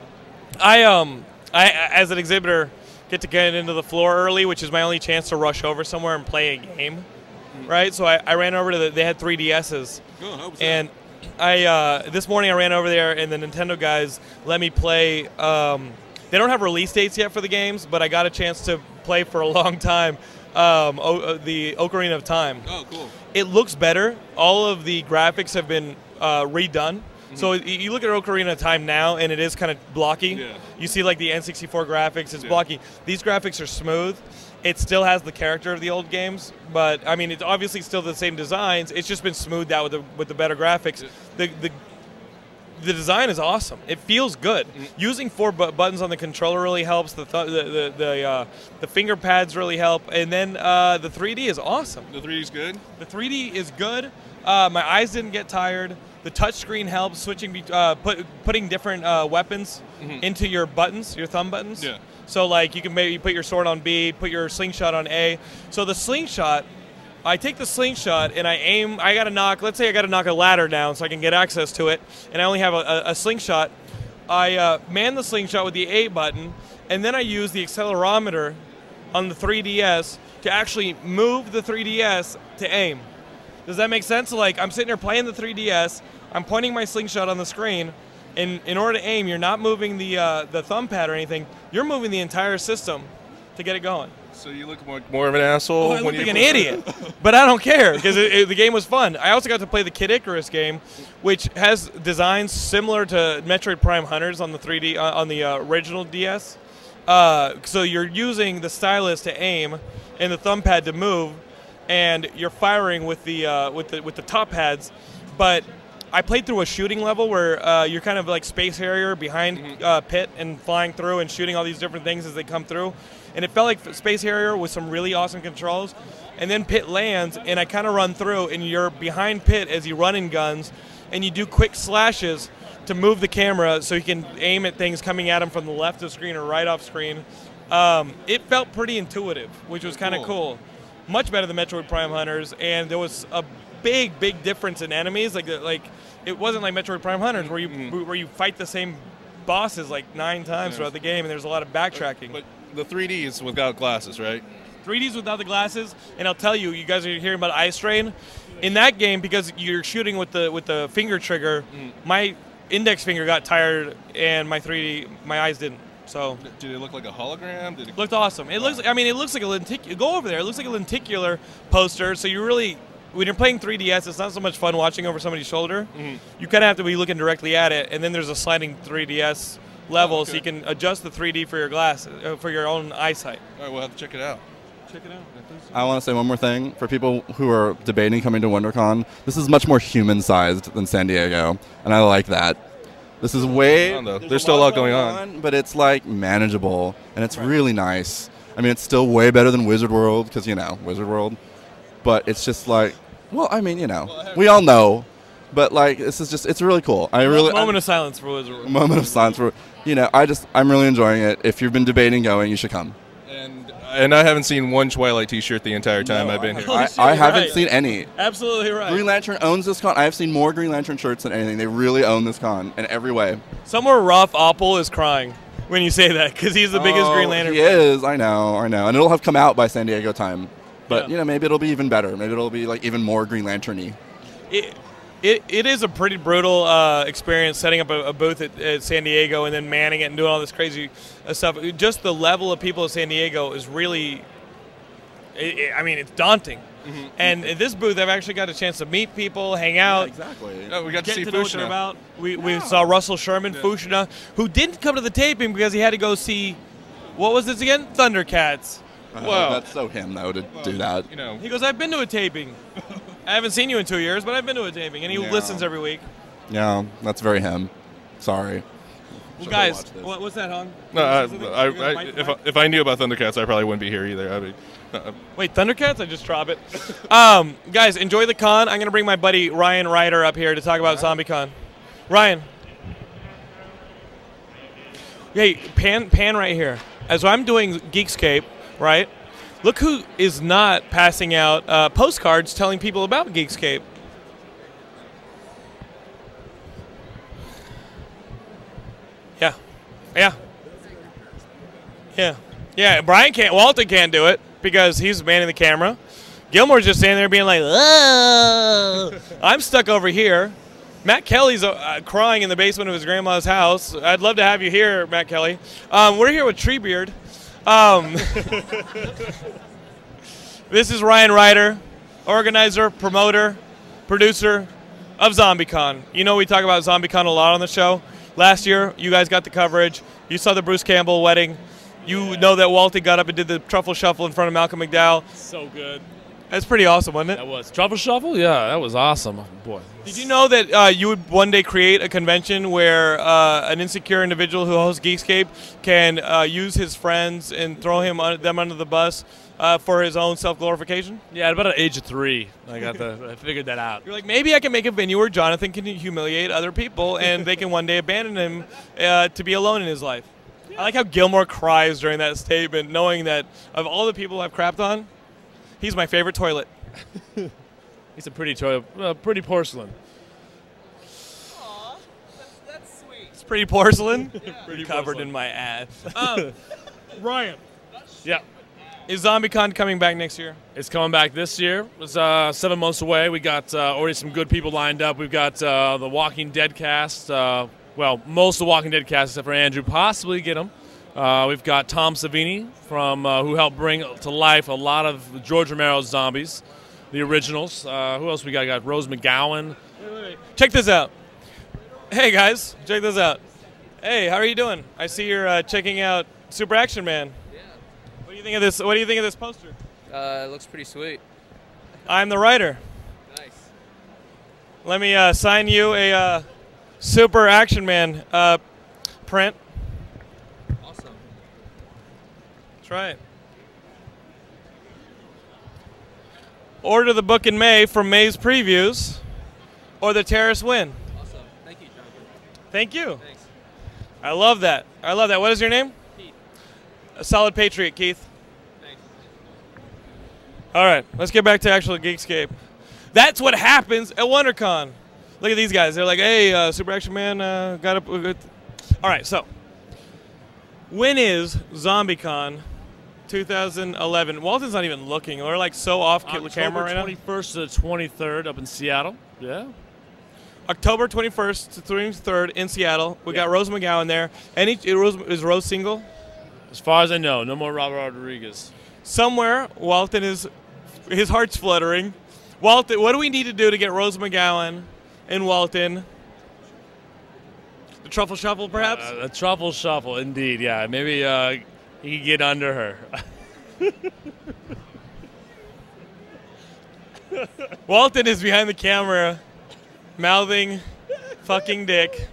I um I as an exhibitor get to get into the floor early, which is my only chance to rush over somewhere and play a game, right? So I, I ran over to the they had three DSs, and I uh, this morning I ran over there and the Nintendo guys let me play. Um, they don't have release dates yet for the games, but I got a chance to play for a long time. Um, o- uh, the Ocarina of Time
oh, cool.
it looks better. All of the graphics have been uh, redone.
Mm-hmm.
So y- you look at Ocarina of Time now, and it is kind of blocky.
Yeah.
You see like the N64 graphics, it's blocky. These graphics are smooth. It still has the character of the old games, but I mean, it's obviously still the same designs. It's just been smoothed out with the with the better graphics. The the the design is awesome. It feels good. Using four bu- buttons on the controller really helps. The th- the the the, uh, the finger pads really help, and then uh, the 3D is awesome.
The 3D's good.
The 3D is good. Uh, my eyes didn't get tired. The touchscreen helps switching, be- uh, put, putting different uh, weapons
Mhm.
into your buttons, your thumb buttons.
Yeah.
So like you can maybe put your sword on B, put your slingshot on A. So the slingshot, I take the slingshot and I aim. I got to knock. Let's say I got to knock a ladder down so I can get access to it, and I only have a, a, a slingshot. I uh, man the slingshot with the A button, and then I use the accelerometer on the 3DS to actually move the 3DS to aim. Does that make sense? Like I'm sitting here playing the 3DS, I'm pointing my slingshot on the screen, and in order to aim, you're not moving the uh, the thumb pad or anything. You're moving the entire system to get it going.
So you look more more of an asshole.
Oh, I
when
look
you
like an idiot, but I don't care because the game was fun. I also got to play the Kid Icarus game, which has designs similar to Metroid Prime Hunters on the 3D uh, on the uh, original DS. Uh, so you're using the stylus to aim and the thumb pad to move, and you're firing with the uh, with the with the top pads. But I played through a shooting level where uh, you're kind of like space harrier behind uh, pit and flying through and shooting all these different things as they come through, and it felt like space harrier with some really awesome controls. And then pit lands, and I kind of run through, and you're behind pit as you run in guns, and you do quick slashes to move the camera so you can aim at things coming at him from the left of screen or right off screen. Um, it felt pretty intuitive, which was kind of cool. Much better than Metroid Prime Hunters, and there was a big, big difference in enemies. Like, like it wasn't like Metroid Prime Hunters where you where you fight the same bosses like nine times
Mm-hmm. Yeah.
throughout the game, and there's a lot of backtracking. But,
the 3D is without glasses, right?
3Ds without the glasses, and I'll tell you, you guys are hearing about eye strain. In that game, because you're shooting with the with the finger trigger,
Mm.
my index finger got tired, and my 3D, my eyes didn't. So.
Did it look like a hologram? Did it
Looked awesome. It looks. I mean, it looks like a lenticular. Go over there. It looks like a lenticular poster. So you really, when you're playing 3DS, it's not so much fun watching over somebody's shoulder.
Mm-hmm.
You kind of have to be looking directly at it, and then there's a sliding 3DS level, so you can adjust the 3D for your glass, uh, for your own eyesight.
All right, we'll have to check it out.
Check it out.
I want to say one more thing for people who are debating coming to WonderCon. This is much more human-sized than San Diego, and I like that. This is way
on, though. There's still a lot going on.
but it's like manageable and it's really nice. I mean, it's still way better than Wizard World because you know Wizard World, but it's just like, well, I mean, you know, we all know, but like this is just it's really cool. I really
moment of silence for Wizard World.
moment of silence for you know. I just I'm really enjoying it. If you've been debating going, you should come.
And I haven't seen one Twilight T-shirt the entire time I've been here.
I, I haven't seen any.
Absolutely right.
Green Lantern owns this con. I have seen more Green Lantern shirts than anything. They really own this con in every way.
Somewhere Ralph Oppel is crying when you say that because he's the biggest
Oh,
Green Lantern.
He is. I know. I know. And it'll have come out by San Diego time. But you know, maybe it'll be even better. Maybe it'll be like even more Green Lanterny.
it, it, it is a pretty brutal uh, experience setting up a, a booth at, at San Diego and then manning it and doing all this crazy uh, stuff. Just the level of people at San Diego is really, i i I mean, it's daunting. Mm-hmm. And at this booth, I've actually got a chance to meet people, hang out.
exactly.
Oh, we got to
get
see
to know what they're
Fushina.
about. We, we saw Russell Sherman, Fushina, who didn't come to the taping because he had to go see, what was this again? Thundercats.
Uh, that's so him though to do that.
You know,
He goes, I've been to a taping. I haven't seen you in two years, but I've been to a taping. And he
Yeah.
listens every week.
Yeah, that's very him. Sorry.
Well,
Should
guys,
watch this.
what, what's that, Hung?
No, I,
Something-
I,
you gonna
I,
bite
if,
back?
I, if I knew about Thundercats, I probably wouldn't be here either. I mean, uh,
Wait, Thundercats? I just drop it. um, guys, enjoy the con. I'm going to bring my buddy Ryan Ryder up here to talk about Zombie Con. Ryan. Hey, pan, pan right here. As I'm doing Geekscape, right? Look who is not passing out uh, postcards telling people about Geekscape. Yeah. Yeah. Yeah. Yeah, Brian can't, Walton can't do it because he's manning the camera. Gilmore's just standing there being like, "Ugh." I'm stuck over here. Matt Kelly's uh, uh, crying in the basement of his grandma's house. I'd love to have you here, Matt Kelly. Um, we're here with Treebeard. Um, this is Ryan Ryder, organizer, promoter, producer of ZombieCon. You know we talk about ZombieCon a lot on the show. Last year, you guys got the coverage. You saw the Bruce Campbell wedding. You know that Walty got up and did the truffle shuffle in front of Malcolm McDowell.
So good.
That's pretty awesome, wasn't it?
That was Trouble Shuffle. Yeah, that was awesome, boy.
Did you know that uh, you would one day create a convention where uh, an insecure individual who hosts Geekscape can uh, use his friends and throw him un- them under the bus uh, for his own self glorification?
Yeah, at about an age of three, I got the I figured that out.
You're like, maybe I can make a venue where Jonathan can humiliate other people and they can one day abandon him uh, to be alone in his life. I like how Gilmore cries during that statement, knowing that of all the people I've crapped on, he's my favorite toilet.
He's a pretty toy, uh, pretty porcelain.
It's pretty porcelain.
Pretty
covered
porcelain.
in my ass.
Um, Ryan. Yeah.
Is ZombieCon coming back next year?
It's coming back this year. It's uh, seven months away. We got uh, already some good people lined up. We've got uh, the Walking Dead cast. Uh, well, most of the Walking Dead cast, except for Andrew, possibly get him. Uh, we've got Tom Savini from uh, who helped bring to life a lot of George Romero's zombies, the originals. Uh, who else we got? We got Rose McGowan.
Check this out. Hey guys, check this out. Hey, how are you doing? I see you're uh, checking out Super Action Man. Yeah. What do you think of this? What do you think of this poster?
Uh, it looks pretty sweet.
I'm the writer.
Nice.
Let me uh, sign you a uh, Super Action Man uh, print.
Awesome.
That's right. Order the book in May from May's previews, or the terrorists win.
Awesome. Thank you, Jonathan.
Thank you. I love that. I love that. What is your name?
Keith.
A solid patriot, Keith. All right, let's get back to actual Geekscape. That's what happens at WonderCon. Look at these guys. They're like, hey, uh, Super Action Man, uh, got up. uh, All right, so when is ZombieCon 2011? Walton's not even looking. We're like so off ca- camera right now.
October 21st to the 23rd up in Seattle. Yeah.
October 21st to 23rd in Seattle. We got Rose McGowan there. Any Rose, is Rose single?
As far as I know, no more Robert Rodriguez.
Somewhere, Walton is, his heart's fluttering. Walton, what do we need to do to get Rose McGowan and Walton? The truffle shuffle, perhaps?
Uh, a truffle shuffle, indeed. Yeah, maybe uh, he could get under her.
Walton is behind the camera, mouthing fucking dick.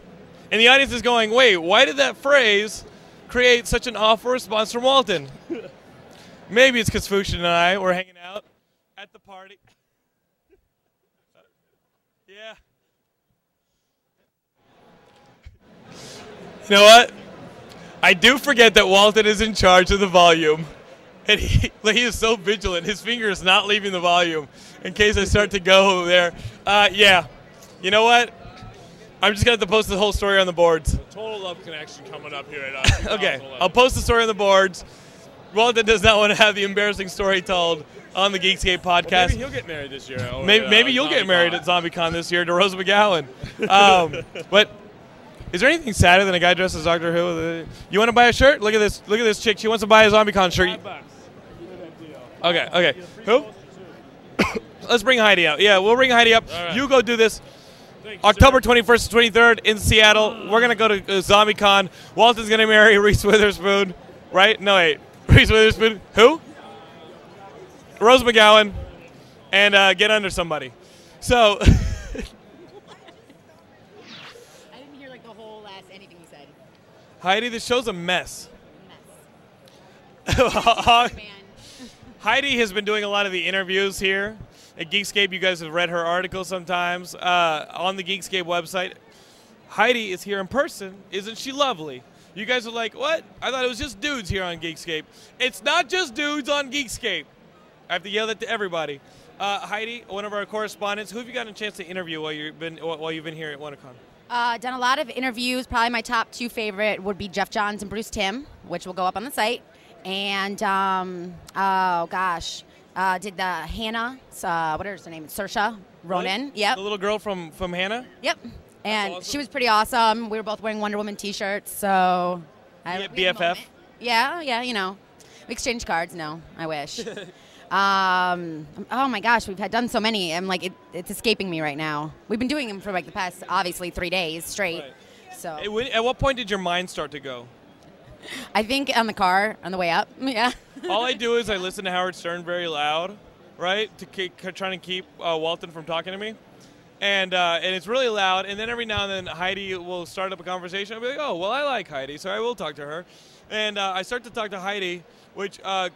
And the audience is going, wait, why did that phrase create such an awful response from Walton? Maybe it's because Fuchsia and I were hanging out at the party. Yeah. You know what? I do forget that Walton is in charge of the volume. And he, like, he is so vigilant. His finger is not leaving the volume in case I start to go there. Uh, yeah. You know what? I'm just going to have to post the whole story on the boards.
Total Love Connection coming up here at uh,
Okay. I'll post the story on the boards. Walton does not want to have the embarrassing story told on the Geekscape podcast.
maybe he'll get married this year. or,
Maybe,
uh,
maybe you'll get married at ZombieCon this year to Rose McGowan. Um, but is there anything sadder than a guy dressed as Doctor Who? with a- You want to buy a shirt? Look at this. Look at this chick. She wants to buy a ZombieCon shirt. Okay. Okay. Who? Let's bring Heidi out. Yeah, we'll bring Heidi up. You go do this. October 21st to 23rd in Seattle. We're gonna go to uh, ZombieCon. Walton's gonna marry Reese Witherspoon, right? No, wait. Reese Witherspoon. Who? Rose McGowan, and uh, get under somebody. So.
I didn't hear like the whole last anything you said.
Heidi, this show's a mess. Heidi has been doing a lot of the interviews here at Geekscape. You guys have read her articles sometimes uh, on the Geekscape website. Heidi is here in person. Isn't she lovely? You guys are like, what? I thought it was just dudes here on Geekscape. It's not just dudes on Geekscape. I have to yell that to everybody. Uh, Heidi, one of our correspondents, who have you gotten a chance to interview while you've been while you've been here at WannaCon?
Uh, done a lot of interviews. Probably my top two favorite would be Jeff Johns and Bruce Tim, which will go up on the site. And um, oh gosh, uh, did the Hannah? Uh, what is her name? Sersha Ronan.
Really?
Yep.
The little girl from from Hannah.
Yep. And she was pretty awesome. We were both wearing Wonder Woman T-shirts, so I, we had a
BFF.
Yeah, yeah, you know. We exchanged cards. No, I wish. um, oh my gosh, we've had done so many. I'm like, it, it's escaping me right now. We've been doing them for like the past, obviously, three days straight. So
At when- At what point did your mind start to go?
I think on the car on the way up. Yeah.
All I do is I listen to Howard Stern very loud, right, to keep, trying to keep uh, Walton from talking to me. And, uh, and it's really loud. And then every now and then Heidi will start up a conversation. I'll be like, oh, well, I like Heidi, so I will talk to her. And uh, I start to talk to Heidi, which uh,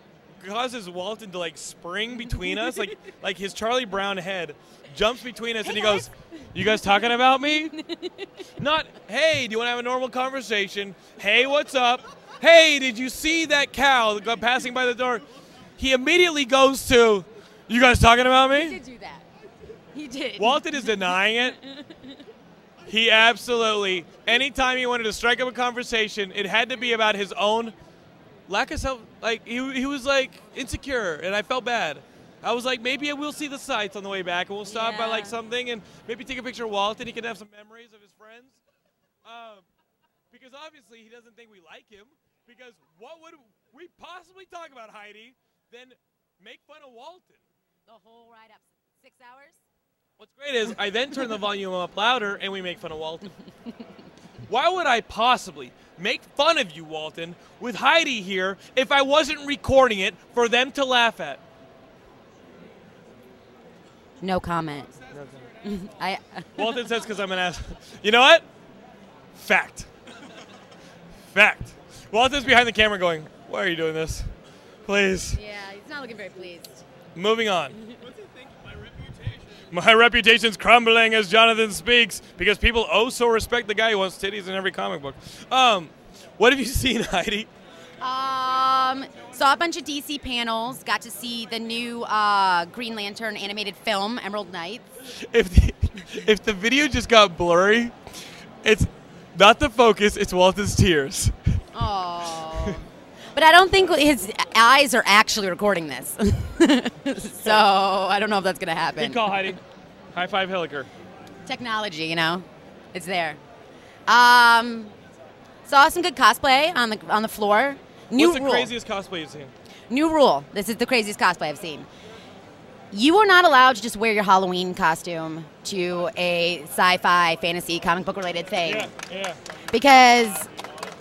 causes Walton to like spring between us, like like his Charlie Brown head jumps between us, and he goes, "You guys talking about me? Not hey, do you want to have a normal conversation? Hey, what's up? Hey, did you see that cow that got passing by the door? He immediately goes to, "You guys talking about
He
me?
did do that. He did.
Walton is denying it. He absolutely, anytime he wanted to strike up a conversation, it had to be about his own lack of self. Like he, he was like insecure, and I felt bad. I was like, maybe we'll see the sights on the way back, and we'll stop by like something, and maybe take a picture of Walt, and he can have some memories of his friends. Um, because obviously he doesn't think we like him. Because what would we possibly talk about, Heidi? Then make fun of Walton.
The whole ride up, six hours.
What's great is I then turn the volume up louder and we make fun of Walton. Why would I possibly make fun of you, Walton, with Heidi here if I wasn't recording it for them to laugh at?
No comment. I.
Walton says because I'm an ass. You know what? Fact. Fact. Walton's behind the camera going, why are you doing this? Please.
Yeah, he's not looking very pleased.
Moving on. My reputation's crumbling as Jonathan speaks because people oh so respect the guy who wants titties in every comic book. Um, what have you seen, Heidi?
Um, saw a bunch of DC panels. Got to see the new uh, Green Lantern animated film, Emerald Knights.
If the, if the video just got blurry, it's not the focus, it's Walton's tears.
Oh. But I don't think his eyes are actually recording this. so I don't know if that's going to happen.
Good call, Heidi. High five, Hilliker.
Technology, you know, it's there. Um, saw some good cosplay on the on the floor. New
What's the
rule.
craziest cosplay you've seen?
New rule. This is the craziest cosplay I've seen. You are not allowed to just wear your Halloween costume to a sci-fi, fantasy, comic book related thing.
yeah.
Because,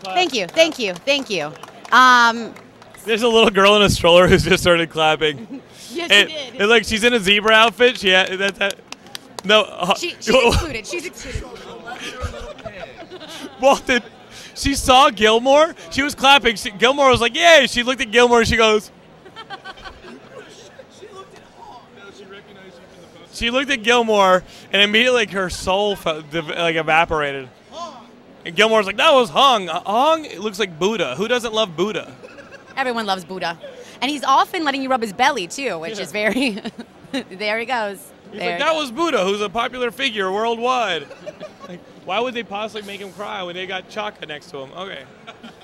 thank you, thank you, thank you. Um,
There's a little girl in a stroller who's just started clapping.
Yes, she
it,
did.
It, like she's in a zebra outfit. She ha- that, that no. uh,
she, she's excluded. She's excluded.
Walton, she saw Gilmore. She was clapping. She, Gilmore was like, "Yay!" She looked at Gilmore. and She goes. She looked at Gilmore, and immediately like, her soul fe- div- like evaporated. And Gilmore's like, "That was Hung. Hung looks like Buddha. Who doesn't love Buddha?"
Everyone loves Buddha, and he's often letting you rub his belly too, which is very. there he goes.
He's
There
like,
he
that was Buddha, who's a popular figure worldwide. like, why would they possibly make him cry when they got Chaka next to him? Okay,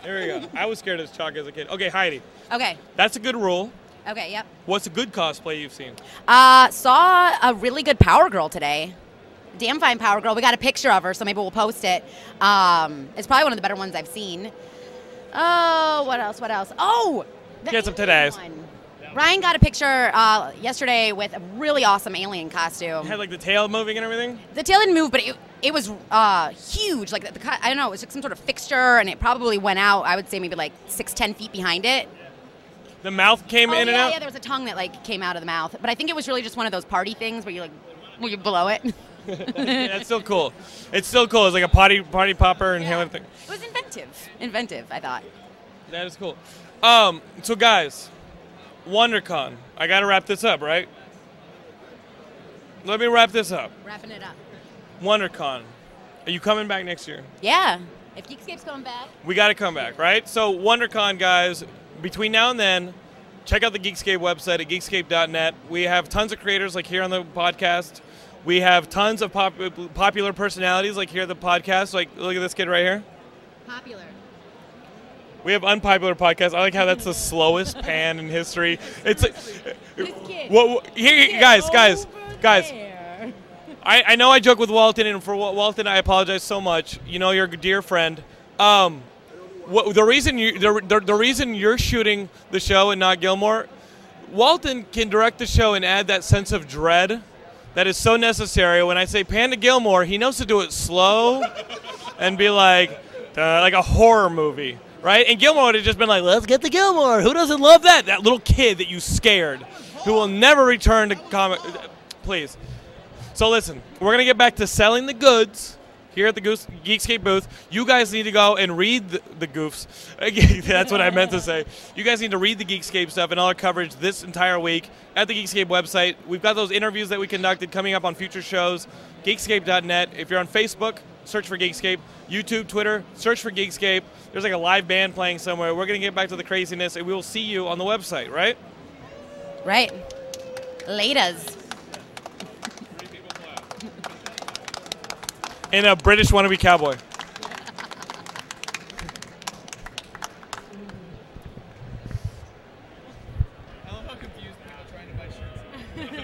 there we go. I was scared of Chaka as a kid. Okay, Heidi,
Okay.
that's a good rule.
Okay. Yep.
What's a good cosplay you've seen?
Uh, saw a really good Power Girl today. Damn fine Power Girl. We got a picture of her, so maybe we'll post it. Um, it's probably one of the better ones I've seen. Oh, what else? What else? Oh, the
Get some today's.
Ryan got a picture uh, yesterday with a really awesome alien costume.
Had like the tail moving and everything.
The tail didn't move, but it, it was uh, huge. Like the, the co- I don't know, it was like some sort of fixture, and it probably went out. I would say maybe like six, ten feet behind it.
The mouth came
oh,
in
yeah,
and out.
yeah. There was a tongue that like came out of the mouth, but I think it was really just one of those party things where you like, where you blow it.
Yeah, That's still cool. It's still cool. It's like a potty potty popper and everything.
It was inventive. Inventive, I thought.
That is cool. Um, so guys, WonderCon. I gotta wrap this up, right? Let me wrap this up.
Wrapping it up.
WonderCon. Are you coming back next year?
Yeah. If Geekscape's going back,
We got to come back, right? So, WonderCon, guys, between now and then, check out the Geekscape website at geekscape.net. We have tons of creators like here on the podcast. We have tons of pop- popular personalities like here at the podcast. Like, look at this kid right here.
popular.
We have unpopular podcasts. I like how that's the slowest pan in history. It's like, what, what- here, guys, guys, guys. I, I know I joke with Walton, and for Wa- Walton, I apologize so much. You know, you're a dear friend. Um, what, the reason you the, the, the reason you're shooting the show and not Gilmore, Walton can direct the show and add that sense of dread that is so necessary. When I say pan to Gilmore, he knows to do it slow and be like uh, like a horror movie, right? And Gilmore would have just been like, "Let's get the Gilmore. Who doesn't love that? That little kid that you scared." who will never return to comic. Please. So listen, we're gonna get back to selling the goods here at the Goose Geekscape booth. You guys need to go and read the, the goofs. That's what I meant to say. You guys need to read the Geekscape stuff and all our coverage this entire week at the Geekscape website. We've got those interviews that we conducted coming up on future shows. Geekscape.net. If you're on Facebook, search for Geekscape. YouTube, Twitter, search for Geekscape. There's like a live band playing somewhere. We're gonna get back to the craziness, and we will see you on the website, right?
Right. Laters.
And a British wannabe cowboy.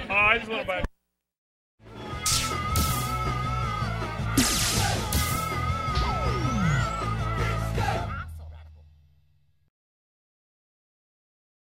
I just want to buy.